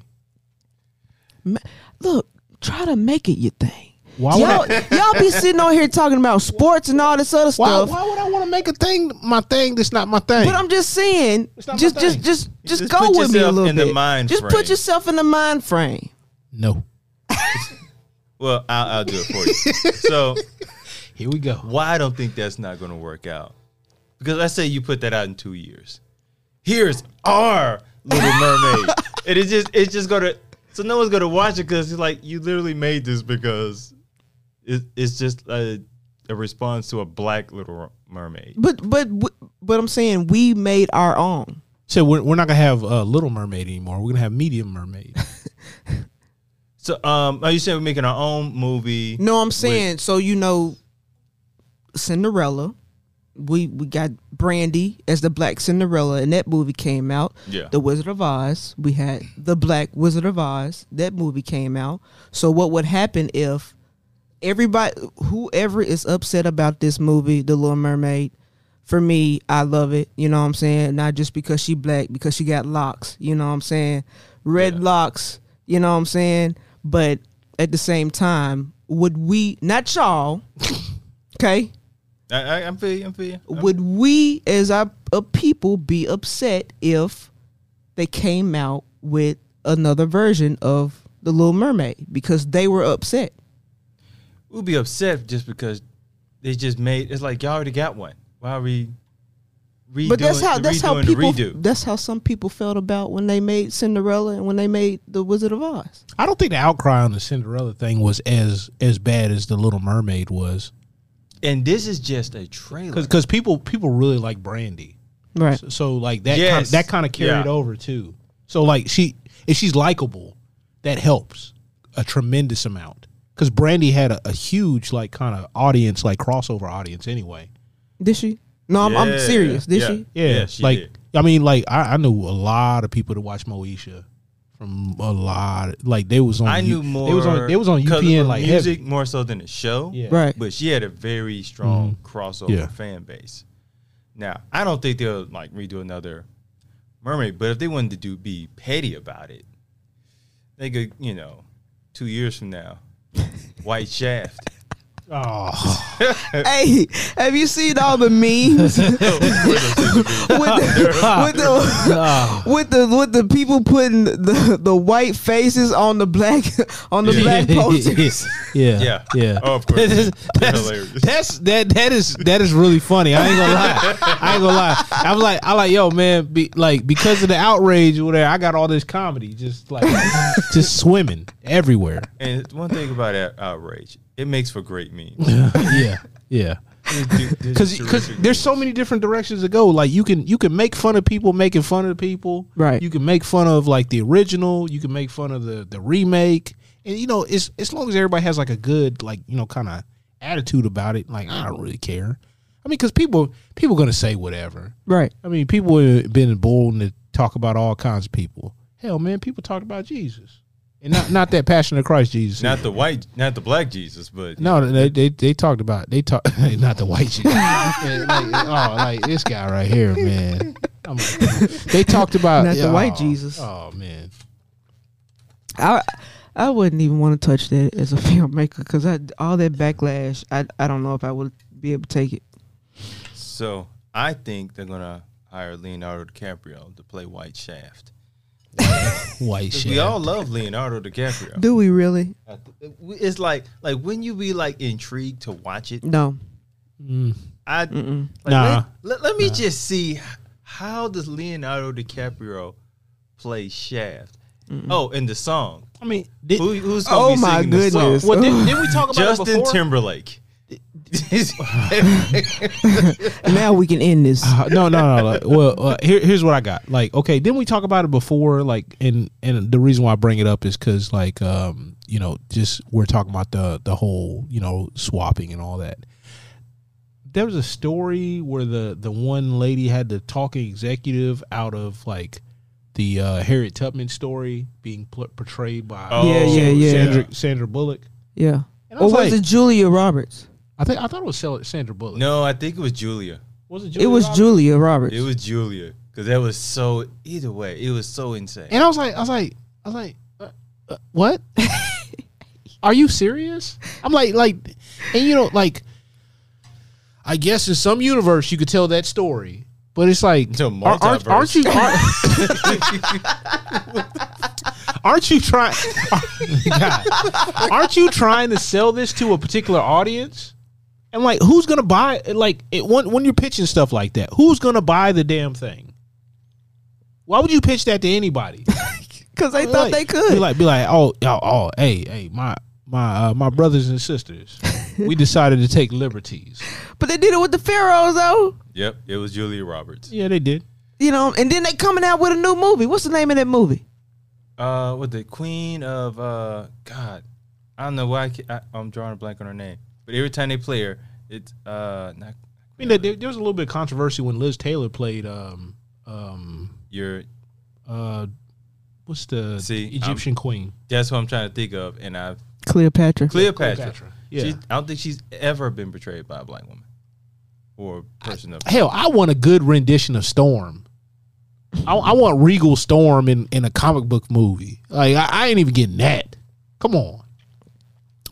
[SPEAKER 5] Ma- Look, try to make it your thing.
[SPEAKER 4] Why would
[SPEAKER 5] Y'all,
[SPEAKER 4] I,
[SPEAKER 5] y'all be sitting on here talking about sports and all this other
[SPEAKER 4] why,
[SPEAKER 5] stuff.
[SPEAKER 4] why would I want to make a thing my thing that's not my thing?
[SPEAKER 5] But I'm just saying,
[SPEAKER 4] It's not my
[SPEAKER 5] just just
[SPEAKER 4] thing.
[SPEAKER 5] just just,
[SPEAKER 3] Just
[SPEAKER 5] go
[SPEAKER 3] put
[SPEAKER 5] with me a
[SPEAKER 3] yourself
[SPEAKER 5] little
[SPEAKER 3] in the
[SPEAKER 5] bit.
[SPEAKER 3] mind
[SPEAKER 5] just put
[SPEAKER 3] frame.
[SPEAKER 5] yourself in the mind frame.
[SPEAKER 4] no.
[SPEAKER 3] Well, I'll, I'll do it for you. so
[SPEAKER 4] Here we go.
[SPEAKER 3] why I don't think that's not going to work out? Because let's say you put that out in two years. Here's our Little Mermaid, and it's just it's just gonna so no one's gonna watch it because it's like you literally made this because it, it's just a, a response to a black Little Mermaid.
[SPEAKER 5] But but but I'm saying we made our own.
[SPEAKER 4] So we're, we're not gonna have uh, Little Mermaid anymore. We're gonna have Medium Mermaid.
[SPEAKER 3] So um, are you saying we're making our own movie?
[SPEAKER 5] No, I'm saying so you know, Cinderella. We we got Brandy as the Black Cinderella, and that movie came out.
[SPEAKER 3] Yeah.
[SPEAKER 5] The Wizard of Oz. We had the Black Wizard of Oz. That movie came out. So what would happen if everybody, whoever is upset about this movie, The Little Mermaid? For me, I love it. You know what I'm saying? Not just because she black, because she got locks. You know what I'm saying? Red locks. You know what I'm saying? But at the same time, would we not y'all? Okay,
[SPEAKER 3] I, I, I'm for you. I'm for you.
[SPEAKER 5] would we as our a people be upset if they came out with another version of the little mermaid because they were upset
[SPEAKER 3] we'll be upset just because they just made it's like y'all already got one. Why are we redoing?
[SPEAKER 5] But that's how that's how
[SPEAKER 3] redoing the
[SPEAKER 5] people
[SPEAKER 3] redo?
[SPEAKER 5] that's how some people felt about when they made Cinderella and when they made The Wizard of Oz.
[SPEAKER 4] I don't think the outcry on the Cinderella thing was as as bad as the Little Mermaid was,
[SPEAKER 3] And this is just a trailer.
[SPEAKER 4] because people people really like Brandy,
[SPEAKER 5] Right.
[SPEAKER 4] so, so, like that
[SPEAKER 3] Yes.
[SPEAKER 4] kind that kind of carried
[SPEAKER 3] Yeah.
[SPEAKER 4] over too. So like she if she's likable, that helps a tremendous amount because Brandy had a, a huge like kind of audience like crossover audience anyway.
[SPEAKER 5] Did she? No, I'm, I'm
[SPEAKER 3] Yeah.
[SPEAKER 5] serious. Did
[SPEAKER 3] Yeah.
[SPEAKER 5] she?
[SPEAKER 4] Yeah,
[SPEAKER 3] Yeah, she
[SPEAKER 4] like
[SPEAKER 3] did.
[SPEAKER 4] I mean, like I, I knew a lot of people that watch Moesha from a lot. Like they was on.
[SPEAKER 3] I
[SPEAKER 4] U-
[SPEAKER 3] knew more.
[SPEAKER 4] They was on. They was on
[SPEAKER 3] 'cause of
[SPEAKER 4] UPN
[SPEAKER 3] the
[SPEAKER 4] like
[SPEAKER 3] music
[SPEAKER 4] heavy.
[SPEAKER 3] more so than the show.
[SPEAKER 4] Yeah. Mm-hmm.
[SPEAKER 5] Right.
[SPEAKER 3] But she had a very strong crossover
[SPEAKER 4] Yeah.
[SPEAKER 3] fan base. Now I don't think they'll like redo another Mermaid, but if they wanted to do be petty about it, they could you know two years from now, White Shaft.
[SPEAKER 4] Oh,
[SPEAKER 5] Hey, have you seen all the memes with
[SPEAKER 3] Oh.
[SPEAKER 5] the with the, with the with the people putting the, the white faces on the black on the black posters?
[SPEAKER 4] yeah,
[SPEAKER 3] Yeah.
[SPEAKER 4] yeah.
[SPEAKER 3] Oh, of course.
[SPEAKER 4] That is- that's,
[SPEAKER 3] hilarious.
[SPEAKER 4] that's- that that is that is really funny. I ain't gonna lie. I ain't gonna lie. I'm like I like yo man. Be, like because of the outrage or whatever, I got all this comedy just like just swimming everywhere.
[SPEAKER 3] And one thing about out- outrage, it makes for great memes.
[SPEAKER 4] yeah, yeah. because because there's so many different directions to go. Like you can you can make fun of people making fun of people.
[SPEAKER 5] Right.
[SPEAKER 4] You can make fun of like the original. You can make fun of the the remake. And you know, it's as long as everybody has like a good like you know kind of attitude about it. Like I don't really care. I mean, because people people gonna say whatever.
[SPEAKER 5] Right.
[SPEAKER 4] I mean, people have been emboldened to talk about all kinds of people. Hell, man, people talked about Jesus and not not that Passion of Christ Jesus.
[SPEAKER 3] not the white, not the black Jesus, but
[SPEAKER 4] No, they they, they talked about they talk not the white shit. Man, like, oh, like this guy right here, man. I'm like, they talked about
[SPEAKER 5] Not the
[SPEAKER 4] oh,
[SPEAKER 5] white Jesus.
[SPEAKER 4] Oh man,
[SPEAKER 5] I I wouldn't even want to touch that as a filmmaker because I all that backlash. I I don't know if I would be able to take it.
[SPEAKER 3] So I think they're gonna hire Leonardo DiCaprio to play White Shaft.
[SPEAKER 4] white shit.
[SPEAKER 3] We all love Leonardo DiCaprio.
[SPEAKER 5] Do we really?
[SPEAKER 3] I th- It's like like wouldn't you be like intrigued to watch it?
[SPEAKER 5] No.
[SPEAKER 3] I like,
[SPEAKER 4] Nah.
[SPEAKER 3] Let, let, let me just see how does Leonardo DiCaprio play Shaft? Oh, and the song.
[SPEAKER 4] I mean, did,
[SPEAKER 3] Who, who's gonna
[SPEAKER 5] Oh
[SPEAKER 3] be
[SPEAKER 5] my
[SPEAKER 3] singing the song?
[SPEAKER 5] goodness.
[SPEAKER 4] well, didn't, didn't we talk about it
[SPEAKER 3] Justin
[SPEAKER 4] before?
[SPEAKER 3] Timberlake.
[SPEAKER 5] Now we can end this.
[SPEAKER 4] Uh, no, no, no. like, well, uh, here, here's what I got. Like, okay, didn't we talk about it before? Like, and and the reason why I bring it up is because, like, um, you know, just we're talking about the the whole, you know, swapping and all that. There was a story where the the one lady had the talking executive out of like the uh, Harriet Tubman story being pl- portrayed by
[SPEAKER 3] Oh,
[SPEAKER 5] Yeah, yeah, yeah.
[SPEAKER 4] Sandra, Sandra Bullock.
[SPEAKER 5] Yeah.
[SPEAKER 4] And I
[SPEAKER 5] Or
[SPEAKER 4] was
[SPEAKER 5] Oh, was
[SPEAKER 4] like-
[SPEAKER 5] it Julia Roberts?
[SPEAKER 4] I think I thought it was Sel- Sandra Bullock.
[SPEAKER 3] No, I think it was Julia.
[SPEAKER 4] was it?
[SPEAKER 5] it was
[SPEAKER 4] Roberts?
[SPEAKER 5] Julia Roberts.
[SPEAKER 3] It was Julia because that was so. Either way, it was so insane.
[SPEAKER 4] And I was like, I was like, I was like, uh, uh, what? Are you serious? I'm like, like, and you know, like, I guess in some universe you could tell that story, but it's like,
[SPEAKER 3] To a
[SPEAKER 4] are- aren't, aren't you? Aren't, aren't you trying? God. aren't you trying to sell this to a particular audience? And like, who's gonna buy? Like, it, when when you're pitching stuff like that, who's gonna buy the damn thing? Why would you pitch that to anybody?
[SPEAKER 5] Because they
[SPEAKER 4] Be
[SPEAKER 5] thought
[SPEAKER 4] like-
[SPEAKER 5] they could.
[SPEAKER 4] Be like, be like, oh, oh, oh, hey, hey, my, my, uh, my brothers and sisters, we decided to take liberties.
[SPEAKER 5] but they did it with the Pharaohs, though.
[SPEAKER 3] Yep, it was Julia Roberts.
[SPEAKER 4] Yeah, they did.
[SPEAKER 5] You know, and then they coming out with a new movie. What's the name of that movie?
[SPEAKER 3] Uh, with the Queen of uh, God, I don't know why I, ca- I I'm drawing a blank on her name, but every time they play her, it's uh, not
[SPEAKER 4] I mean, there, there was a little bit of controversy when Liz Taylor played, um, um,
[SPEAKER 3] your.
[SPEAKER 4] uh, what's the
[SPEAKER 3] See,
[SPEAKER 4] Egyptian queen?
[SPEAKER 3] That's what I'm trying to think of, and I
[SPEAKER 5] Cleopatra.
[SPEAKER 3] Cleopatra.
[SPEAKER 4] Cleopatra,
[SPEAKER 3] She-
[SPEAKER 4] yeah.
[SPEAKER 3] I don't think she's ever been portrayed by a black woman or a person of.
[SPEAKER 4] Hell, I want a good rendition of Storm. I, I want Regal Storm in, in a comic book movie. Like I, I ain't even getting that. Come on.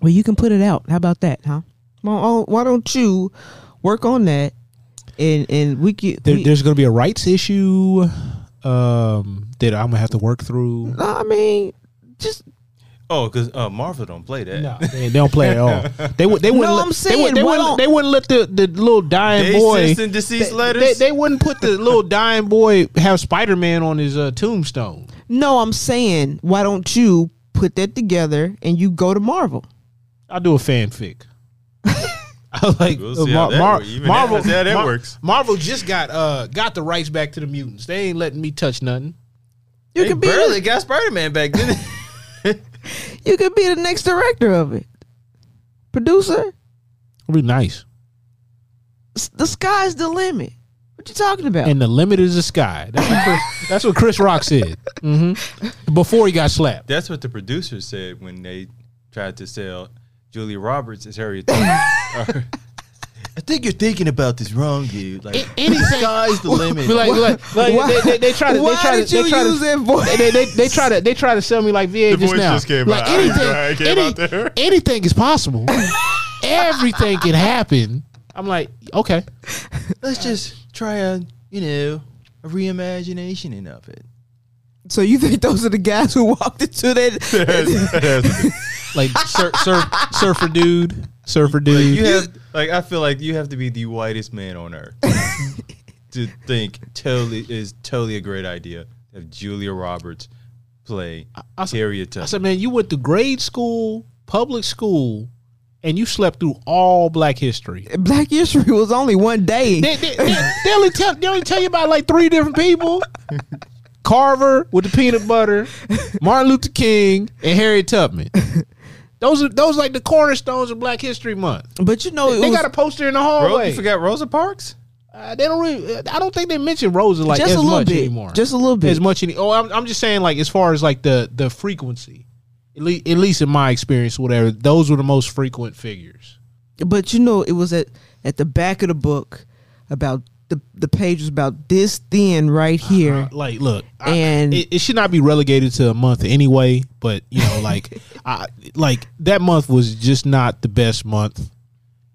[SPEAKER 5] well, you can put it out. How about that, huh? Well, oh, why don't you work on that? And and we get.
[SPEAKER 4] There,
[SPEAKER 5] we-
[SPEAKER 4] there's going to be a rights issue um, that I'm going to have to work through.
[SPEAKER 5] I mean, just
[SPEAKER 3] Oh, because uh, Marvel don't play that.
[SPEAKER 4] No, they, they don't play at all. They would. They wouldn't.
[SPEAKER 5] No,
[SPEAKER 4] let,
[SPEAKER 5] I'm
[SPEAKER 4] they,
[SPEAKER 5] saying,
[SPEAKER 4] would, they,
[SPEAKER 5] why
[SPEAKER 4] wouldn't
[SPEAKER 5] don't-
[SPEAKER 4] they wouldn't let the, the little dying
[SPEAKER 3] They
[SPEAKER 4] boy.
[SPEAKER 3] cease and desist
[SPEAKER 4] they,
[SPEAKER 3] letters?
[SPEAKER 4] They, they wouldn't put the little dying boy have Spider Man on his uh, tombstone.
[SPEAKER 5] No, I'm saying, why don't you put that together and you go to Marvel?
[SPEAKER 4] I'll do a fanfic. I like
[SPEAKER 3] We'll
[SPEAKER 4] uh,
[SPEAKER 3] see how
[SPEAKER 4] Mar-
[SPEAKER 3] that
[SPEAKER 4] Mar-
[SPEAKER 3] work- even
[SPEAKER 4] Marvel.
[SPEAKER 3] that- how that
[SPEAKER 4] Mar-
[SPEAKER 3] works.
[SPEAKER 4] Marvel just got uh got the rights back to the mutants. They ain't letting me touch nothing.
[SPEAKER 5] You
[SPEAKER 3] They
[SPEAKER 5] could be
[SPEAKER 3] barely
[SPEAKER 5] the,
[SPEAKER 3] got Spider Man back then.
[SPEAKER 5] you could be the next director of it. Producer,
[SPEAKER 4] It'll be nice.
[SPEAKER 5] s- the sky's the limit. What you talking about?
[SPEAKER 4] And the limit is the sky. That's what Chris, that's what Chris Rock said. hmm Before he got slapped.
[SPEAKER 3] That's what the producers said when they tried to sell Julia Roberts as Harriet. Tubman. I think you're thinking about this wrong, dude. Like, the sky's the limit.
[SPEAKER 4] Be like, like, like
[SPEAKER 5] Why-
[SPEAKER 4] they, they, they try to.
[SPEAKER 5] why
[SPEAKER 4] they try
[SPEAKER 5] did
[SPEAKER 4] to,
[SPEAKER 5] you
[SPEAKER 4] they try
[SPEAKER 5] use
[SPEAKER 4] to,
[SPEAKER 5] that voice?
[SPEAKER 4] They, they, they, they try to. They try to sell me like VA
[SPEAKER 6] The
[SPEAKER 4] just
[SPEAKER 6] voice
[SPEAKER 4] now.
[SPEAKER 6] just came
[SPEAKER 4] like
[SPEAKER 6] out.
[SPEAKER 4] anything,
[SPEAKER 6] It came
[SPEAKER 4] any-
[SPEAKER 6] out there.
[SPEAKER 4] anything is possible. Everything can happen. I'm like, okay,
[SPEAKER 3] let's just try a, you know, a reimagination of it.
[SPEAKER 5] so you think those are the guys who walked into that?
[SPEAKER 4] like sur, sur, surfer dude, surfer dude.
[SPEAKER 3] You have, like, I feel like you have to be the whitest man on earth to think totally is totally a great idea of Julia Roberts play
[SPEAKER 4] I- I-
[SPEAKER 3] Harriet Tubman.
[SPEAKER 4] I said, man, you went to grade school, public school, and you slept through all Black history.
[SPEAKER 5] Black History was only one day.
[SPEAKER 4] They, they, they, they only tell they only tell you about like three different people. Carver with the peanut butter, Martin Luther King, and Harriet Tubman. Those are those like the cornerstones of Black History Month.
[SPEAKER 5] but you know, it
[SPEAKER 4] They
[SPEAKER 5] was
[SPEAKER 4] got a poster in the
[SPEAKER 3] Bro,
[SPEAKER 4] hallway.
[SPEAKER 3] you forgot Rosa Parks?
[SPEAKER 4] Uh, they don't really. uh, I don't think they mention Rosa like
[SPEAKER 5] just
[SPEAKER 4] as
[SPEAKER 5] a little
[SPEAKER 4] much
[SPEAKER 5] bit,
[SPEAKER 4] anymore.
[SPEAKER 5] just a little bit.
[SPEAKER 4] as much any. Oh, I'm, I'm just saying like as far as like the the frequency, at, le- at least in my experience, whatever. Those were the most frequent figures.
[SPEAKER 5] But you know, it was at at the back of the book about the the page was about this thin right
[SPEAKER 4] Uh-huh.
[SPEAKER 5] here.
[SPEAKER 4] Like, look,
[SPEAKER 5] And-
[SPEAKER 4] I, it, it should not be relegated to a month anyway. But you know, like, I like that month was just not the best month.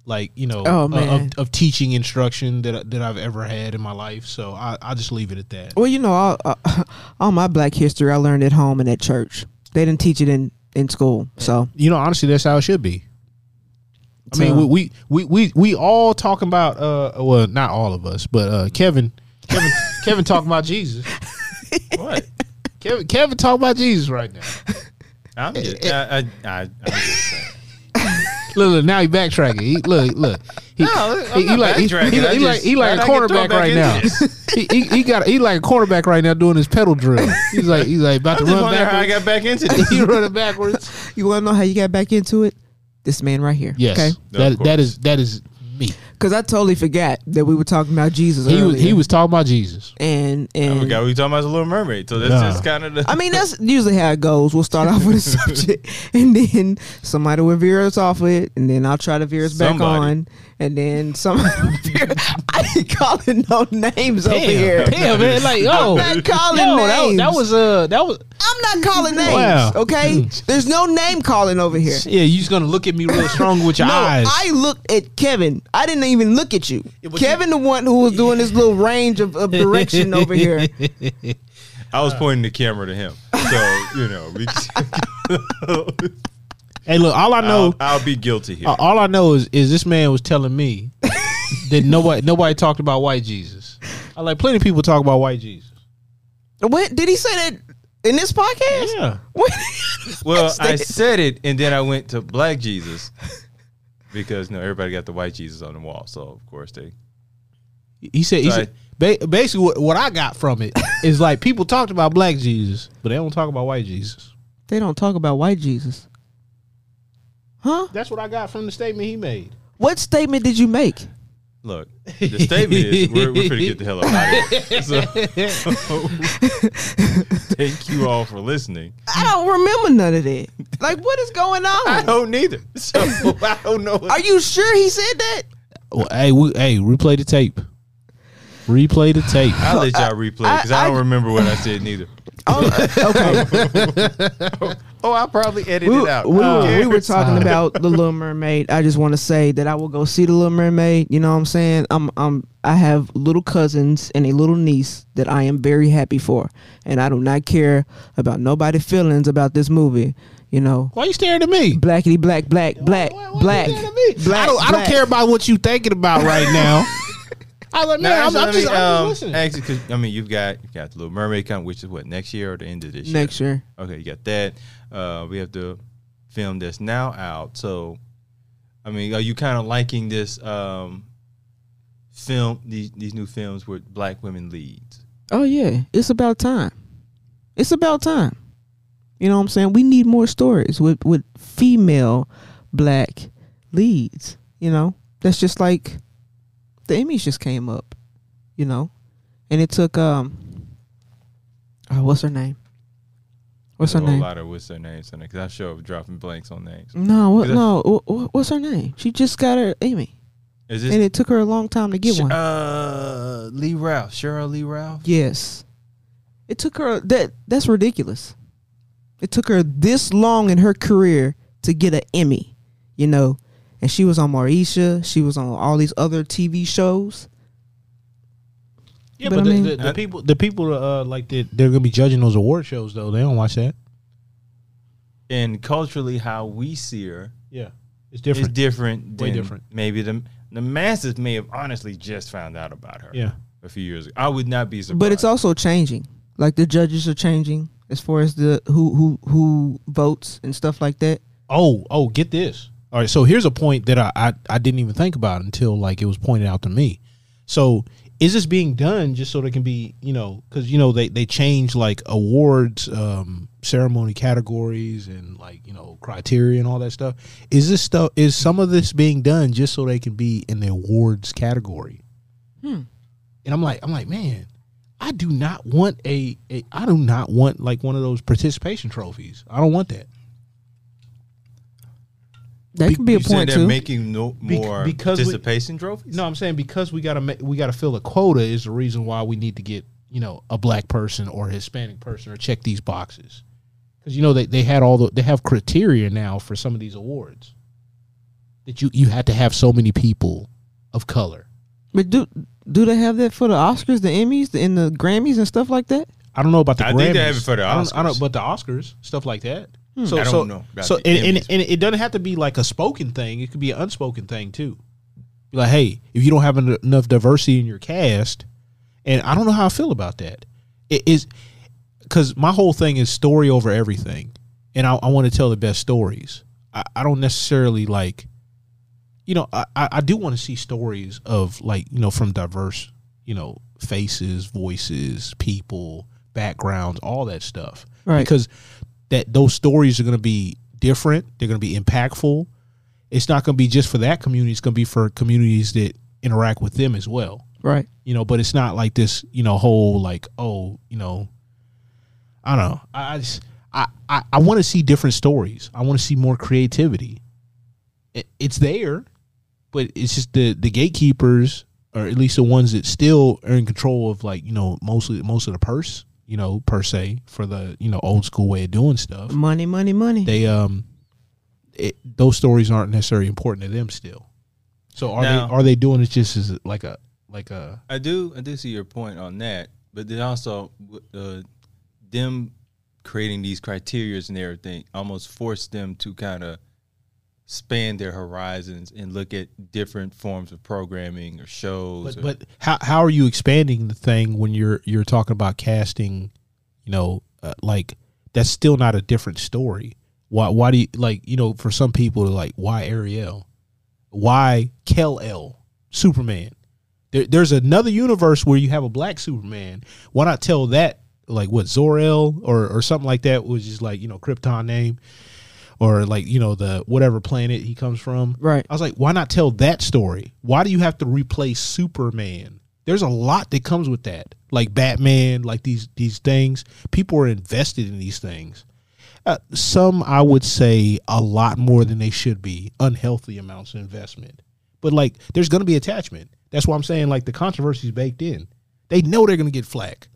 [SPEAKER 4] Like you know, uh,
[SPEAKER 5] Oh,
[SPEAKER 4] of-
[SPEAKER 5] man.
[SPEAKER 4] Of, of teaching instruction that I- that I've ever had in my life. So I I just leave it at that.
[SPEAKER 5] Well, you know, all, uh, all my black history I learned at home and at church. They didn't teach it in in school. So
[SPEAKER 4] You know, honestly, that's how it should be. I mean, we,
[SPEAKER 5] So-
[SPEAKER 4] we we we we all talking about uh well, not all of us, but uh Kevin Kevin Kevin talking about Jesus.
[SPEAKER 3] What?
[SPEAKER 4] Kevin Kevin talking about Jesus right now.
[SPEAKER 3] I'm
[SPEAKER 4] Eh,
[SPEAKER 3] just, I, I, I, I'm just saying.
[SPEAKER 4] Look, look now he backtracking. He, look, look. He,
[SPEAKER 3] I'm not
[SPEAKER 4] like he,
[SPEAKER 3] backtracking.
[SPEAKER 4] he,
[SPEAKER 3] I
[SPEAKER 4] he like
[SPEAKER 3] just-
[SPEAKER 4] he like a
[SPEAKER 3] I get thrown back
[SPEAKER 4] cornerback right
[SPEAKER 3] into
[SPEAKER 4] now. he, he, he got he like a cornerback right now doing his pedal drill. He's like he's like about
[SPEAKER 3] I'm
[SPEAKER 4] to
[SPEAKER 3] just
[SPEAKER 4] run
[SPEAKER 3] wondering how I
[SPEAKER 4] backwards.
[SPEAKER 3] got back into this.
[SPEAKER 4] he running backwards.
[SPEAKER 5] you want to know how you got back into it? This man right here.
[SPEAKER 4] Yes,
[SPEAKER 5] Okay.
[SPEAKER 3] No, of
[SPEAKER 4] that that is that is me.
[SPEAKER 5] Because I totally forgot that we were talking about Jesus.
[SPEAKER 4] He was he
[SPEAKER 5] earlier.
[SPEAKER 4] was talking about Jesus.
[SPEAKER 5] and
[SPEAKER 3] I
[SPEAKER 5] and.
[SPEAKER 3] forgot Oh we were talking about the Little Mermaid, so that's
[SPEAKER 4] Nah.
[SPEAKER 3] just kind of the.
[SPEAKER 5] I mean, that's usually how it goes. We'll start off with a subject, and then somebody will veer us off it, and then I'll try to veer us back
[SPEAKER 3] Somebody.
[SPEAKER 5] on, and then somebody. will veer- I ain't calling no names over here.
[SPEAKER 4] Damn, man, like yo,
[SPEAKER 5] not calling
[SPEAKER 4] yo,
[SPEAKER 5] names.
[SPEAKER 4] That, that was uh, that was
[SPEAKER 5] I'm not calling names.
[SPEAKER 4] Wow. Hmm.
[SPEAKER 5] Okay, there's no name calling over here.
[SPEAKER 4] yeah. You just gonna look at me real strong with your
[SPEAKER 5] No,
[SPEAKER 4] eyes.
[SPEAKER 5] I looked at Kevin. I didn't even look at you.
[SPEAKER 4] but
[SPEAKER 5] Kevin, the one who was doing this little range of, of direction over here.
[SPEAKER 3] I was pointing the camera to him, so you know, we,
[SPEAKER 4] hey, look, all I know,
[SPEAKER 3] I'll, I'll be guilty here.
[SPEAKER 4] uh, all I know is is this man was telling me that nobody nobody talked about white Jesus. I like plenty of people talk about white Jesus.
[SPEAKER 5] What did he say that in this podcast?
[SPEAKER 4] Yeah.
[SPEAKER 5] What?
[SPEAKER 3] well, I said it, and then I went to Black Jesus because no, everybody got the white Jesus on the wall, so of course they.
[SPEAKER 4] He said, he said ba- basically what, what I got from it is like people talked about black Jesus, but they don't talk about white Jesus.
[SPEAKER 5] They don't talk about white Jesus. Huh?
[SPEAKER 4] That's what I got from the statement he made.
[SPEAKER 5] What statement did you make?
[SPEAKER 3] Look, the statement is we're, we're going to get the hell out of here. So, thank you all for listening.
[SPEAKER 5] I don't remember none of that. Like, what is going
[SPEAKER 3] I
[SPEAKER 5] on?
[SPEAKER 3] don't neither. So I don't know.
[SPEAKER 5] Are you sure he said that?
[SPEAKER 4] Well, hey, we, hey, replay the tape. Replay the tape.
[SPEAKER 3] I'll let y'all replay because I,
[SPEAKER 5] I-
[SPEAKER 3] don't remember what I said neither.
[SPEAKER 5] Oh, okay.
[SPEAKER 6] Oh, I'll probably edit
[SPEAKER 5] we,
[SPEAKER 6] it out.
[SPEAKER 5] we were- we were talking
[SPEAKER 4] Sorry.
[SPEAKER 5] about the Little Mermaid. I just want to say that I will go see the Little Mermaid. You know what I'm saying? I'm I'm I have little cousins and a little niece that I am very happy for, and I do not care about nobody feelings about this movie. You know,
[SPEAKER 4] Why you staring at me?
[SPEAKER 5] blackity black black black
[SPEAKER 4] Why- why you
[SPEAKER 5] black.
[SPEAKER 4] staring at me?
[SPEAKER 5] black,
[SPEAKER 4] I don't. I don't
[SPEAKER 5] black.
[SPEAKER 4] care about what you thinking about right now. I like,
[SPEAKER 3] Now,
[SPEAKER 4] man, I'm,
[SPEAKER 3] actually, let
[SPEAKER 4] I'm just,
[SPEAKER 3] me,
[SPEAKER 4] I'm
[SPEAKER 3] um,
[SPEAKER 4] just listening.
[SPEAKER 3] actually, 'cause, I mean, you've got you got the Little Mermaid coming, which is what next year or the end of this year.
[SPEAKER 5] Next year,
[SPEAKER 3] Okay, you got that. Uh, we have the film that's now out. So, I mean, are you kind of liking this um, film? These these new films with black women leads.
[SPEAKER 5] oh yeah, it's about time. It's about time. You know what I'm saying? We need more stories with with female black leads. You know, that's just like the Emmys just came up. You know, and it took um, oh, what's her name? What's her
[SPEAKER 3] There's a whole
[SPEAKER 5] name?
[SPEAKER 3] lot of what's their names on it because I'm sure I'm dropping blanks on names.
[SPEAKER 5] No, what,
[SPEAKER 3] Is that-
[SPEAKER 5] no, wh- wh- what's her name? She just got her Emmy,
[SPEAKER 3] Is
[SPEAKER 5] and
[SPEAKER 3] this
[SPEAKER 5] it took her a long time to Mm-hmm. get
[SPEAKER 3] Sh-
[SPEAKER 5] one.
[SPEAKER 3] uh Lee Ralph, Cheryl Lee Ralph?
[SPEAKER 5] Yes. It took her that that's ridiculous. It took her this long in her career to get an Emmy, you know. And she was on Marisha, she was on all these other TV shows.
[SPEAKER 4] yeah,
[SPEAKER 5] but
[SPEAKER 4] but,
[SPEAKER 5] I
[SPEAKER 4] the,
[SPEAKER 5] mean-
[SPEAKER 4] the, the
[SPEAKER 3] Uh,
[SPEAKER 4] people, the people, uh, like that, they're gonna be judging those award shows though. They don't watch that.
[SPEAKER 3] And culturally, how we see her
[SPEAKER 4] Yeah, it's different.
[SPEAKER 3] is different.
[SPEAKER 4] Way
[SPEAKER 3] than
[SPEAKER 4] different.
[SPEAKER 3] Maybe the the masses may have honestly just found out about her.
[SPEAKER 4] yeah,
[SPEAKER 3] a few years ago. I would not be surprised.
[SPEAKER 5] But it's also changing. Like the judges are changing as far as the who who who votes and stuff like that.
[SPEAKER 4] oh, oh, get this. All right, so here's a point that I, I I didn't even think about until like it was pointed out to me. So is this being done just so they can be you know because you know they they change like awards um, ceremony categories and like you know criteria and all that stuff. Is this stuff is some of this being done just so they can be in the awards category? And I'm like I'm like man. I do not want a, a I do not want like one of those participation trophies. I don't want that.
[SPEAKER 5] That
[SPEAKER 4] Be-
[SPEAKER 5] could be a
[SPEAKER 3] You said
[SPEAKER 5] point
[SPEAKER 3] they're
[SPEAKER 5] too.
[SPEAKER 3] making no more
[SPEAKER 4] because we-
[SPEAKER 3] participation trophies.
[SPEAKER 4] No, I'm saying because we gotta ma- we gotta fill a quota is the reason why we need to get you know a black person or a Hispanic person or check these boxes because you know they, they had all the they have criteria now for some of these awards that you you had to have so many people of color.
[SPEAKER 5] but do do they have that for the Oscars, the Emmys, the, and the Grammys and stuff like that?
[SPEAKER 4] I don't know about the
[SPEAKER 3] I
[SPEAKER 4] Grammys.
[SPEAKER 3] think they have it for the
[SPEAKER 4] I don't, I don't,
[SPEAKER 3] Oscars.
[SPEAKER 4] but the Oscars stuff like that. So
[SPEAKER 3] Hmm. I don't
[SPEAKER 4] so,
[SPEAKER 3] know about
[SPEAKER 4] so
[SPEAKER 3] the
[SPEAKER 4] and, and,
[SPEAKER 3] Emmys.
[SPEAKER 4] and it doesn't have to be like a spoken thing. It could be an unspoken thing too. Be like, hey, if you don't have en- enough diversity in your cast, and I don't know how I feel about that. It is because my whole thing is story over everything, and I, I want to tell the best stories. I, I don't necessarily like, you know, I, I I do want to see stories of like you know from diverse you know faces, voices, people, backgrounds, all that stuff.
[SPEAKER 5] Right.
[SPEAKER 4] Because that those stories are going to be different. They're going to be impactful. It's not going to be just for that community. It's going to be for communities that interact with them as well
[SPEAKER 5] Right.
[SPEAKER 4] you know but it's not like this you know whole like oh you know i don't know i, I just i i, I want to see different stories i want to see more creativity it, it's there but it's just the the gatekeepers or at least the ones that still are in control of like you know mostly most of the purse you know per se for the you know old school way of doing stuff
[SPEAKER 5] Money, money, money.
[SPEAKER 4] they um it, those stories aren't necessarily important to them still so are
[SPEAKER 3] Now-
[SPEAKER 4] they are they doing it just as like a like a
[SPEAKER 3] I do. I do see your point on that, but then also w- uh, them creating these criterias and everything almost forced them to kind of span their horizons and look at different forms of programming or shows.
[SPEAKER 4] But,
[SPEAKER 3] or-
[SPEAKER 4] but how how are you expanding the thing when you're you're talking about casting? You know, uh, like that's still not a different story. Why why do you like you know for some people they're like why Ariel, why Kel El Superman? There, there's another universe where you have a black Superman. Why not tell that like what Zor El or or something like that was just like you know Krypton name. Or like you know the whatever planet he comes from,
[SPEAKER 5] Right.
[SPEAKER 4] I was like, why not tell that story? Why do you have to replace Superman? There's a lot that comes with that, like Batman, like these these things. People are invested in these things. Uh, some, I would say, a lot more than they should be. Unhealthy amounts of investment, but like, there's going to be attachment. That's why I'm saying, like, the controversy's baked in. They know they're going to get flack.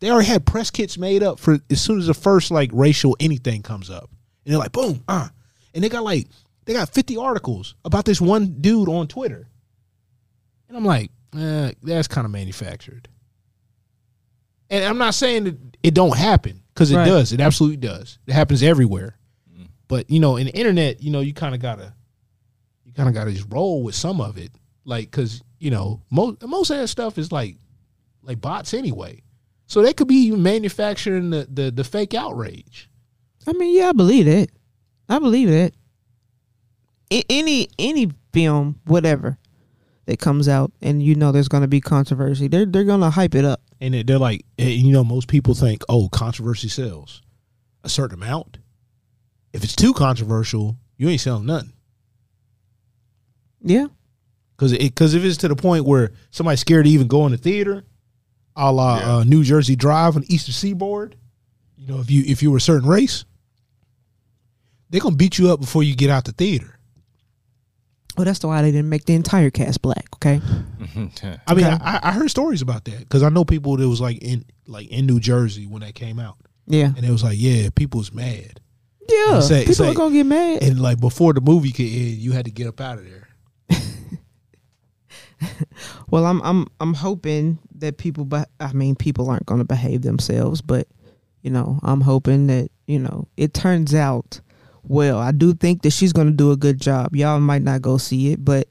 [SPEAKER 4] They already had press kits made up for as soon as the first like racial anything comes up, and they're like, boom, uh, and they got like they got fifty articles about this one dude on Twitter, and I'm like, eh, that's kind of manufactured. And I'm not saying that it don't happen because it
[SPEAKER 5] Right.
[SPEAKER 4] does. It absolutely does. It happens everywhere. But you know, in the internet, you know, you kind of gotta, you kind of gotta just roll with some of it, like because you know most most of that stuff is like, like bots anyway. So they could be manufacturing the the, the fake outrage.
[SPEAKER 5] I mean, yeah, I believe that. I believe that. A- any any film, whatever, that comes out, and you know there's going to be controversy, they're they're going to hype it up.
[SPEAKER 4] and it- they're like, eh, you know, most people think, oh, controversy sells a certain amount. If it's too controversial, you ain't selling nothing.
[SPEAKER 5] Yeah,
[SPEAKER 4] Because it, cause if it's to the point where somebody's scared to even go in the theater, a la uh, New Jersey Drive on the Eastern Seaboard, you know, if you if you were a certain race, they're gonna beat you up before you get out the theater.
[SPEAKER 5] well, that's the why they didn't make the entire cast black. Okay,
[SPEAKER 4] I mean,
[SPEAKER 5] Okay.
[SPEAKER 4] I, I heard stories about that because I know people that was like in like in New Jersey when that came out,
[SPEAKER 5] yeah,
[SPEAKER 4] and it was like, yeah, people was mad.
[SPEAKER 5] yeah.
[SPEAKER 4] Say-
[SPEAKER 5] People
[SPEAKER 4] say-
[SPEAKER 5] are going to get mad.
[SPEAKER 4] and like before the movie could end, you had to get up out of there.
[SPEAKER 5] Well, I'm I'm I'm hoping that people, but I mean, people aren't going to behave themselves. But you know, I'm hoping that you know it turns out well. I do think that she's going to do a good job. Y'all might not go see it, but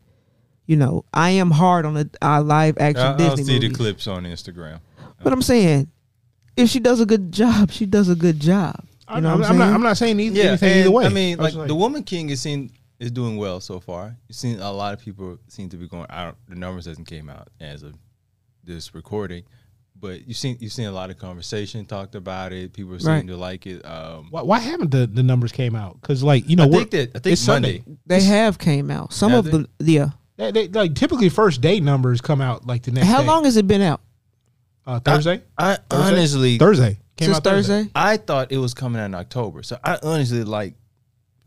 [SPEAKER 5] you know, I am hard on the uh, live action
[SPEAKER 3] I,
[SPEAKER 5] Disney
[SPEAKER 3] will see the
[SPEAKER 5] movies.
[SPEAKER 3] clips on Instagram.
[SPEAKER 5] But I'm saying, if she does a good job, she does a good job. You know what I'm, saying?
[SPEAKER 4] not. I'm not saying either, anything
[SPEAKER 3] and
[SPEAKER 4] either way.
[SPEAKER 3] I mean,
[SPEAKER 4] was
[SPEAKER 3] like, the Woman King is seen is doing well so far. You've seen a lot of people seem to be going. I don't. The numbers hasn't came out as of this recording, but you've seen you've seen a lot of conversation talked about it. People seem
[SPEAKER 5] Right.
[SPEAKER 3] to like it. Um,
[SPEAKER 4] why, why haven't the, the numbers came out? Because like you know,
[SPEAKER 3] I
[SPEAKER 4] we're-
[SPEAKER 3] think that I think
[SPEAKER 4] it's Sunday.
[SPEAKER 3] Monday.
[SPEAKER 5] they have came out. Some
[SPEAKER 3] Have
[SPEAKER 5] of the yeah.
[SPEAKER 4] They, they- like typically first day numbers come out like the next.
[SPEAKER 5] How
[SPEAKER 4] day.
[SPEAKER 5] long has it been out?
[SPEAKER 4] Uh, Thursday.
[SPEAKER 3] I honestly,
[SPEAKER 4] Thursday came
[SPEAKER 5] Since
[SPEAKER 4] out Thursday.
[SPEAKER 5] Thursday.
[SPEAKER 3] I thought it was coming out in October. So I honestly like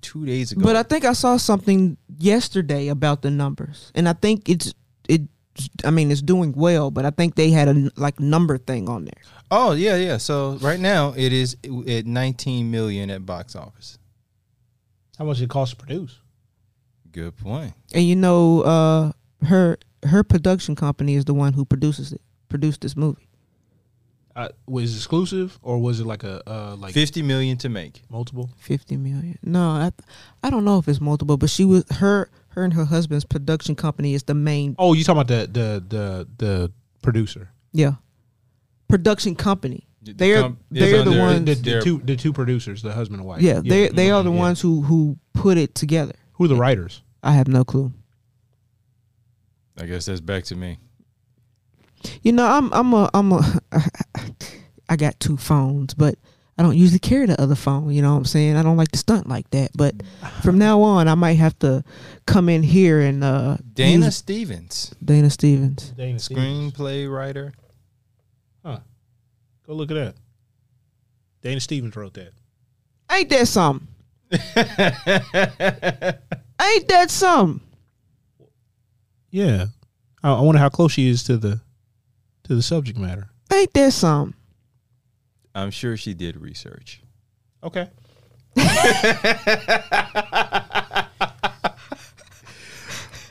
[SPEAKER 3] two days ago.
[SPEAKER 5] But I think I saw something yesterday about the numbers, and I think it's it. I mean, it's doing well, but I think they had a like number thing on there.
[SPEAKER 3] oh yeah, yeah. So right now it is at 19 million at box office.
[SPEAKER 4] How much it cost to produce?
[SPEAKER 3] Good point.
[SPEAKER 5] And you know, uh, her her production company is the one who produces it, produced this movie.
[SPEAKER 4] Uh, was it exclusive or was it like a uh, like
[SPEAKER 3] 50 million to make.
[SPEAKER 4] multiple?
[SPEAKER 5] Fifty million. No, I I don't know if it's multiple, but she was her her and her husband's production company is the main
[SPEAKER 4] Oh, you talking about the the the the producer?
[SPEAKER 5] yeah production company.
[SPEAKER 3] The
[SPEAKER 5] They're
[SPEAKER 3] com- it's
[SPEAKER 5] they're the
[SPEAKER 3] under-
[SPEAKER 5] ones.
[SPEAKER 4] The, the
[SPEAKER 3] They're-
[SPEAKER 4] two the two producers, the husband and wife.
[SPEAKER 5] yeah, they they are the
[SPEAKER 4] yeah.
[SPEAKER 5] ones who who put it together.
[SPEAKER 4] Who are the writers?
[SPEAKER 5] I have no clue.
[SPEAKER 3] I guess that's back to me.
[SPEAKER 5] You know, I'm I'm a I'm a I got two phones, but I don't usually carry the other phone, you know what I'm saying? I don't like to stunt like that. But from now on I might have to come in here and uh
[SPEAKER 3] Dana
[SPEAKER 5] use-
[SPEAKER 3] Stevens,
[SPEAKER 5] Dana Stevens.
[SPEAKER 4] Dana Stevens.
[SPEAKER 3] screenplay writer.
[SPEAKER 4] Huh. Go look at that. Dana Stevens wrote that.
[SPEAKER 5] Ain't that something? Ain't that something?
[SPEAKER 4] Yeah, I, I wonder how close she is to the to the subject matter.
[SPEAKER 5] Ain't that something?
[SPEAKER 3] I'm sure she did research.
[SPEAKER 4] Okay.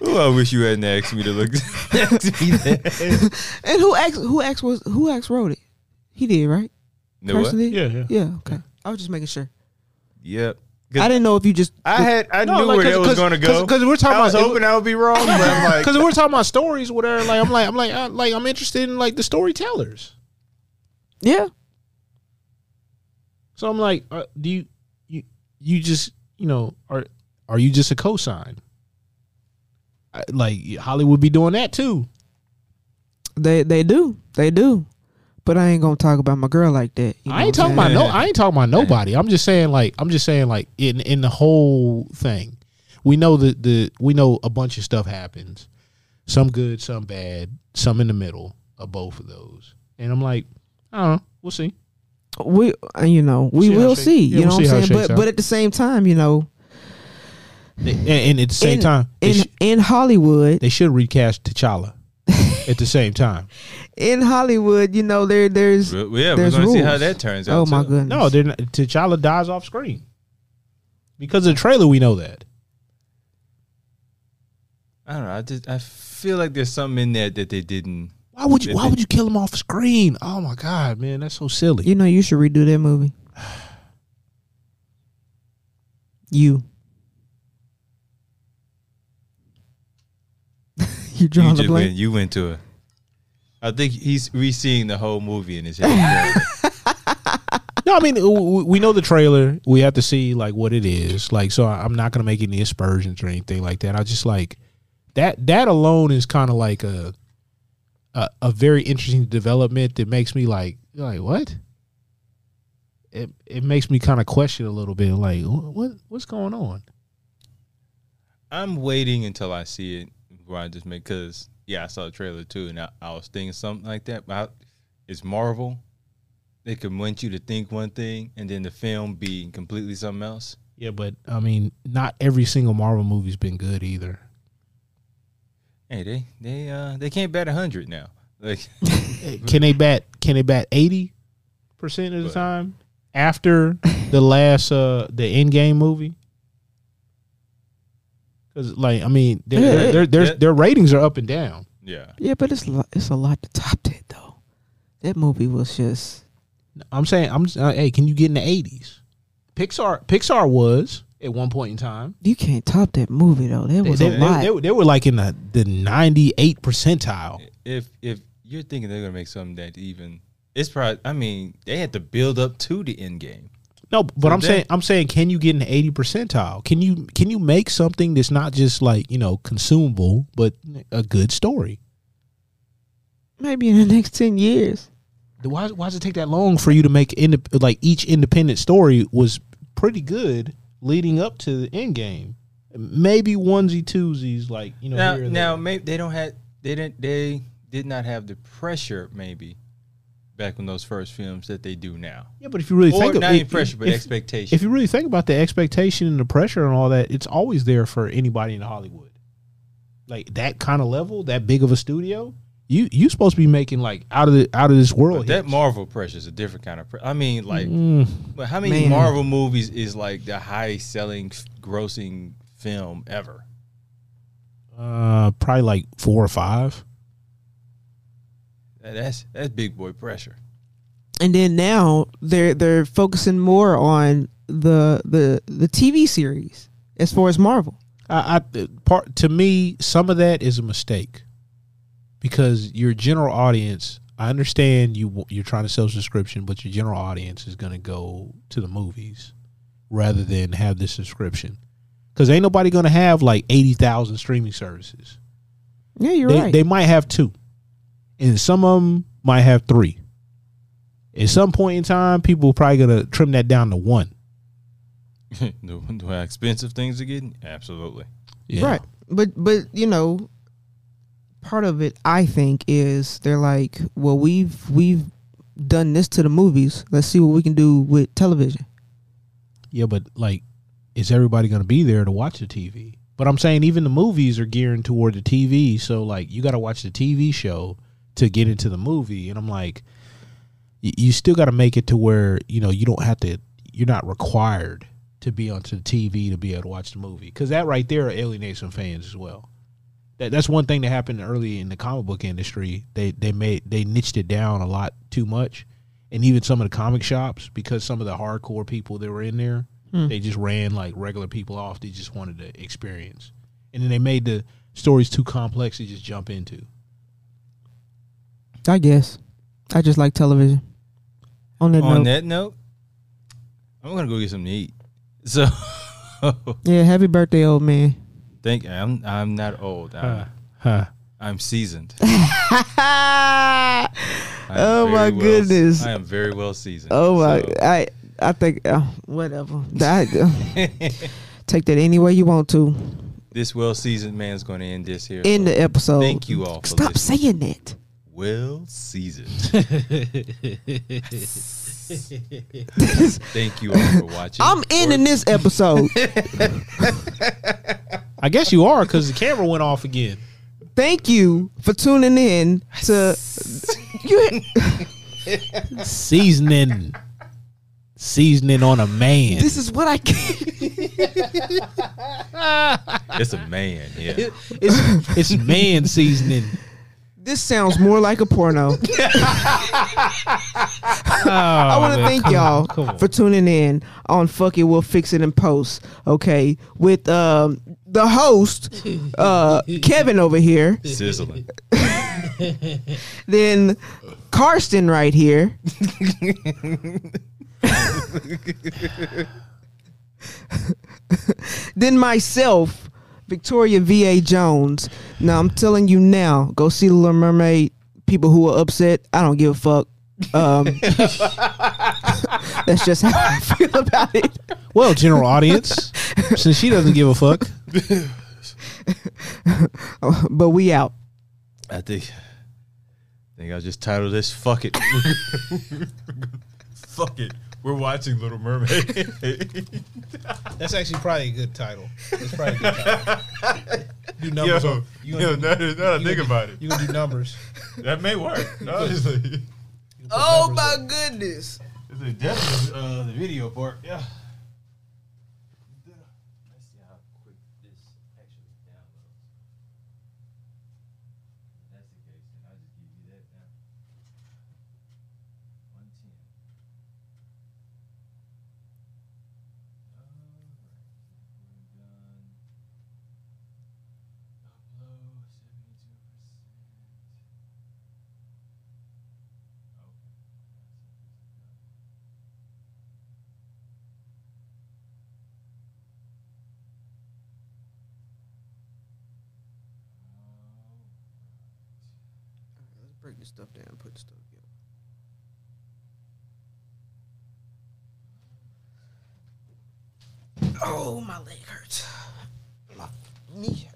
[SPEAKER 3] Oh, I wish you hadn't asked me to look.
[SPEAKER 5] And who acts who acts was who acts wrote it? He did, right?
[SPEAKER 3] no what?
[SPEAKER 5] Carson did?
[SPEAKER 4] Yeah, yeah.
[SPEAKER 5] Yeah, okay. I was just making sure.
[SPEAKER 3] Yep.
[SPEAKER 5] I didn't know if you just
[SPEAKER 3] I had I
[SPEAKER 4] No,
[SPEAKER 3] knew
[SPEAKER 4] like,
[SPEAKER 3] where that
[SPEAKER 4] 'cause-
[SPEAKER 3] was
[SPEAKER 4] 'cause-
[SPEAKER 3] going to go.
[SPEAKER 4] 'cause- 'cause we're talking
[SPEAKER 3] I was
[SPEAKER 4] about-
[SPEAKER 3] hoping I would be wrong, but I'm like,
[SPEAKER 4] Because we're talking about stories, whatever. Like I'm like I'm like I, like I'm interested in like the storytellers.
[SPEAKER 5] Yeah.
[SPEAKER 4] So I'm like, uh, do you you you just you know are are you just a cosign? I, like Hollywood be doing that too.
[SPEAKER 5] They they do. They do. But I ain't gonna talk about my girl like that. you know
[SPEAKER 4] I ain't
[SPEAKER 5] what I'm
[SPEAKER 4] talking about no. I ain't talking about nobody. I'm just saying like I'm just saying like in in the whole thing, we know that the we know a bunch of stuff happens, some good, some bad, some in the middle of both of those. And I'm like, I don't know. We'll see.
[SPEAKER 5] we uh, you know we
[SPEAKER 4] See how
[SPEAKER 5] will
[SPEAKER 4] it shake-
[SPEAKER 5] see
[SPEAKER 4] yeah,
[SPEAKER 5] you
[SPEAKER 4] we'll
[SPEAKER 5] know
[SPEAKER 4] see how
[SPEAKER 5] what i'm
[SPEAKER 4] it
[SPEAKER 5] saying
[SPEAKER 4] shakes
[SPEAKER 5] but
[SPEAKER 4] out.
[SPEAKER 5] but at the same time you know
[SPEAKER 4] And, and at the same
[SPEAKER 5] in,
[SPEAKER 4] time, they,
[SPEAKER 5] in,
[SPEAKER 4] sh-
[SPEAKER 5] in hollywood
[SPEAKER 4] they should recast T'Challa. at the same time.
[SPEAKER 5] in Hollywood, you know, there there's
[SPEAKER 3] Well, yeah,
[SPEAKER 5] there's
[SPEAKER 3] we're gonna
[SPEAKER 5] rules.
[SPEAKER 3] see how that turns out.
[SPEAKER 5] Oh my
[SPEAKER 3] too.
[SPEAKER 5] goodness!
[SPEAKER 4] No, they're not, T'Challa dies off screen because of the trailer. We know that.
[SPEAKER 3] I don't know. I just I feel like there's something in there that they didn't.
[SPEAKER 4] Why would you?
[SPEAKER 3] If
[SPEAKER 4] Why
[SPEAKER 3] they-
[SPEAKER 4] would you kill him off screen? Oh my god, man, that's so silly.
[SPEAKER 5] you know you should redo that movie. You. you
[SPEAKER 3] You
[SPEAKER 5] drawing a
[SPEAKER 3] just went,
[SPEAKER 5] blank.
[SPEAKER 3] you went to it. I think he's re-seeing the whole movie in his head.
[SPEAKER 4] No, I mean w- w- we know the trailer. We have to see like what it is. Like, so I- I'm not gonna make any aspersions or anything like that. I just like that. That alone is kind of like a, a a very interesting development that makes me like like what. It it makes me kind of question a little bit. Like, wh- what what's going on?
[SPEAKER 3] I'm waiting until I see it before I just make because yeah, I saw the trailer too, and I, I was thinking something like that. But I, it's Marvel; they can want you to think one thing, and then the film be completely something else.
[SPEAKER 4] Yeah, but I mean, not every single Marvel movie's been good either.
[SPEAKER 3] Hey, they they uh they can't bat hundred now. Like
[SPEAKER 4] Can they bat? Can they bat eighty percent of the
[SPEAKER 3] But-
[SPEAKER 4] time after the last uh the end game movie? Because like I mean, their
[SPEAKER 5] Yeah.
[SPEAKER 4] their their-
[SPEAKER 3] Yeah.
[SPEAKER 4] their ratings are up and down.
[SPEAKER 3] yeah,
[SPEAKER 5] Yeah, but it's lo- it's a lot to top that though. That movie was just
[SPEAKER 4] I'm saying I'm uh, hey, can you get in the eighties? Pixar Pixar was at one point in time.
[SPEAKER 5] you can't top that movie though. That
[SPEAKER 4] They,
[SPEAKER 5] was
[SPEAKER 4] they,
[SPEAKER 5] a lot.
[SPEAKER 4] they- they- they were like in the the ninety eight percentile.
[SPEAKER 3] if if you're thinking they're gonna make something that even it's probably I mean they had to build up to the end game.
[SPEAKER 4] No, but I'm
[SPEAKER 3] that-
[SPEAKER 4] saying I'm saying can you get an eighty percentile? Can you can you make something that's not just like you know consumable, but a good story?
[SPEAKER 5] Maybe in the next ten years.
[SPEAKER 4] Then Why why does it take that long for you to make indep- like each independent story was pretty good leading up to the end game? Maybe onesie twosies like you know
[SPEAKER 3] Now
[SPEAKER 4] here and
[SPEAKER 3] now
[SPEAKER 4] there.
[SPEAKER 3] maybe they don't have they didn't they did not have the pressure maybe back when those first films that they do now.
[SPEAKER 4] yeah, but if you really
[SPEAKER 3] Or
[SPEAKER 4] think of
[SPEAKER 3] not
[SPEAKER 4] if-
[SPEAKER 3] even pressure, but
[SPEAKER 4] if-
[SPEAKER 3] expectation.
[SPEAKER 4] If you really think about the expectation and the pressure and all that, it's always there for anybody in Hollywood. Like that kind of level, that big of a studio, you you supposed to be making like out of the out of this world.
[SPEAKER 3] but that
[SPEAKER 4] hits.
[SPEAKER 3] Marvel pressure is a different kind of. Pre- I mean, like,
[SPEAKER 4] Mm,
[SPEAKER 3] but how many
[SPEAKER 5] Man.
[SPEAKER 3] Marvel movies is like the highest selling, f- grossing film ever?
[SPEAKER 4] uh, probably like four or five.
[SPEAKER 3] That- That's that's big boy pressure.
[SPEAKER 5] and then now they're they're focusing more on the the the TV series as far as Marvel.
[SPEAKER 4] I, I part to me, some of that is a mistake because your general audience. I understand you w- you're trying to sell subscription, but your general audience is going to go to the movies rather than have this subscription. Because ain't nobody going to have like eighty thousand streaming services.
[SPEAKER 5] Yeah, you're
[SPEAKER 4] they,
[SPEAKER 5] right.
[SPEAKER 4] they might have two, and some of them might have three. At some point in time, people are probably going to trim that down to one.
[SPEAKER 3] do, do how expensive things are getting? Absolutely.
[SPEAKER 4] Yeah.
[SPEAKER 5] Right. But but you know, part of it I think is they're like, well, we've we've done this to the movies. Let's see what we can do with television.
[SPEAKER 4] Yeah, but like, is everybody going to be there to watch the TV? But I'm saying even the movies are gearing toward the TV. So like, you got to watch the TV show to get into the movie. And I'm like, y- you still got to make it to where you know you don't have to. You're not required to be onto the TV to be able to watch the movie because that right there alienates some fans as well. That, that's one thing that happened early in the comic book industry. They they made they niched it down a lot too much, and even some of the comic shops because some of the hardcore people that were in there, they just ran like regular people off. They just wanted to experience, and then they made the stories too complex to just jump into.
[SPEAKER 5] I guess. I just like television. On that
[SPEAKER 3] On
[SPEAKER 5] note,
[SPEAKER 3] that note, I'm gonna go get something to eat. So,
[SPEAKER 5] yeah. Happy birthday, old man.
[SPEAKER 3] thank. I'm I'm not old. I,
[SPEAKER 4] Huh. Huh.
[SPEAKER 3] I'm seasoned. I am
[SPEAKER 5] Oh, my
[SPEAKER 3] very well-
[SPEAKER 5] goodness.
[SPEAKER 3] I am very well seasoned.
[SPEAKER 5] oh my!
[SPEAKER 3] So-
[SPEAKER 5] I I think uh, whatever. That, uh, take that any way you want to.
[SPEAKER 3] this well seasoned man's going to end this here.
[SPEAKER 5] In the episode.
[SPEAKER 3] Thank you all for
[SPEAKER 5] Stop
[SPEAKER 3] listening.
[SPEAKER 5] saying that.
[SPEAKER 3] well seasoned. Thank you all for watching.
[SPEAKER 5] I'm ending this episode.
[SPEAKER 4] I guess you are because the camera went off again.
[SPEAKER 5] Thank you for tuning in to you.
[SPEAKER 4] Seasoning. Seasoning on a man.
[SPEAKER 5] This is what I can.
[SPEAKER 3] It's a man. Yeah.
[SPEAKER 4] It's, it's man seasoning.
[SPEAKER 5] This sounds more like a porno. I
[SPEAKER 4] Oh,
[SPEAKER 5] want to thank y'all for tuning in on Fuck It, We'll Fix It in Post. Okay, with um, the host uh, Kevin over here,
[SPEAKER 3] Sizzling.
[SPEAKER 5] then Karsten right here. then myself, Victoria V.A. Jones. Now, I'm telling you now, go see The Little Mermaid. People who are upset, I don't give a fuck. Um, that's just how I feel about it.
[SPEAKER 4] Well, general audience, since she doesn't give a fuck,
[SPEAKER 5] But we out.
[SPEAKER 3] I think. I think I just titled this "Fuck It." Fuck it. We're watching Little Mermaid.
[SPEAKER 4] that's actually probably a good title. That's probably a good title. Do
[SPEAKER 3] yo,
[SPEAKER 4] numbers. on- you
[SPEAKER 3] yo,
[SPEAKER 4] gonna,
[SPEAKER 3] now that- now that I think about it,
[SPEAKER 4] you gonna do numbers?
[SPEAKER 3] that may work. Honestly,
[SPEAKER 5] Oh my goodness.
[SPEAKER 3] it's a definitely uh, the video part. Yeah.
[SPEAKER 5] Let's break this stuff down. Put stuff. Oh, my leg hurts. My knee.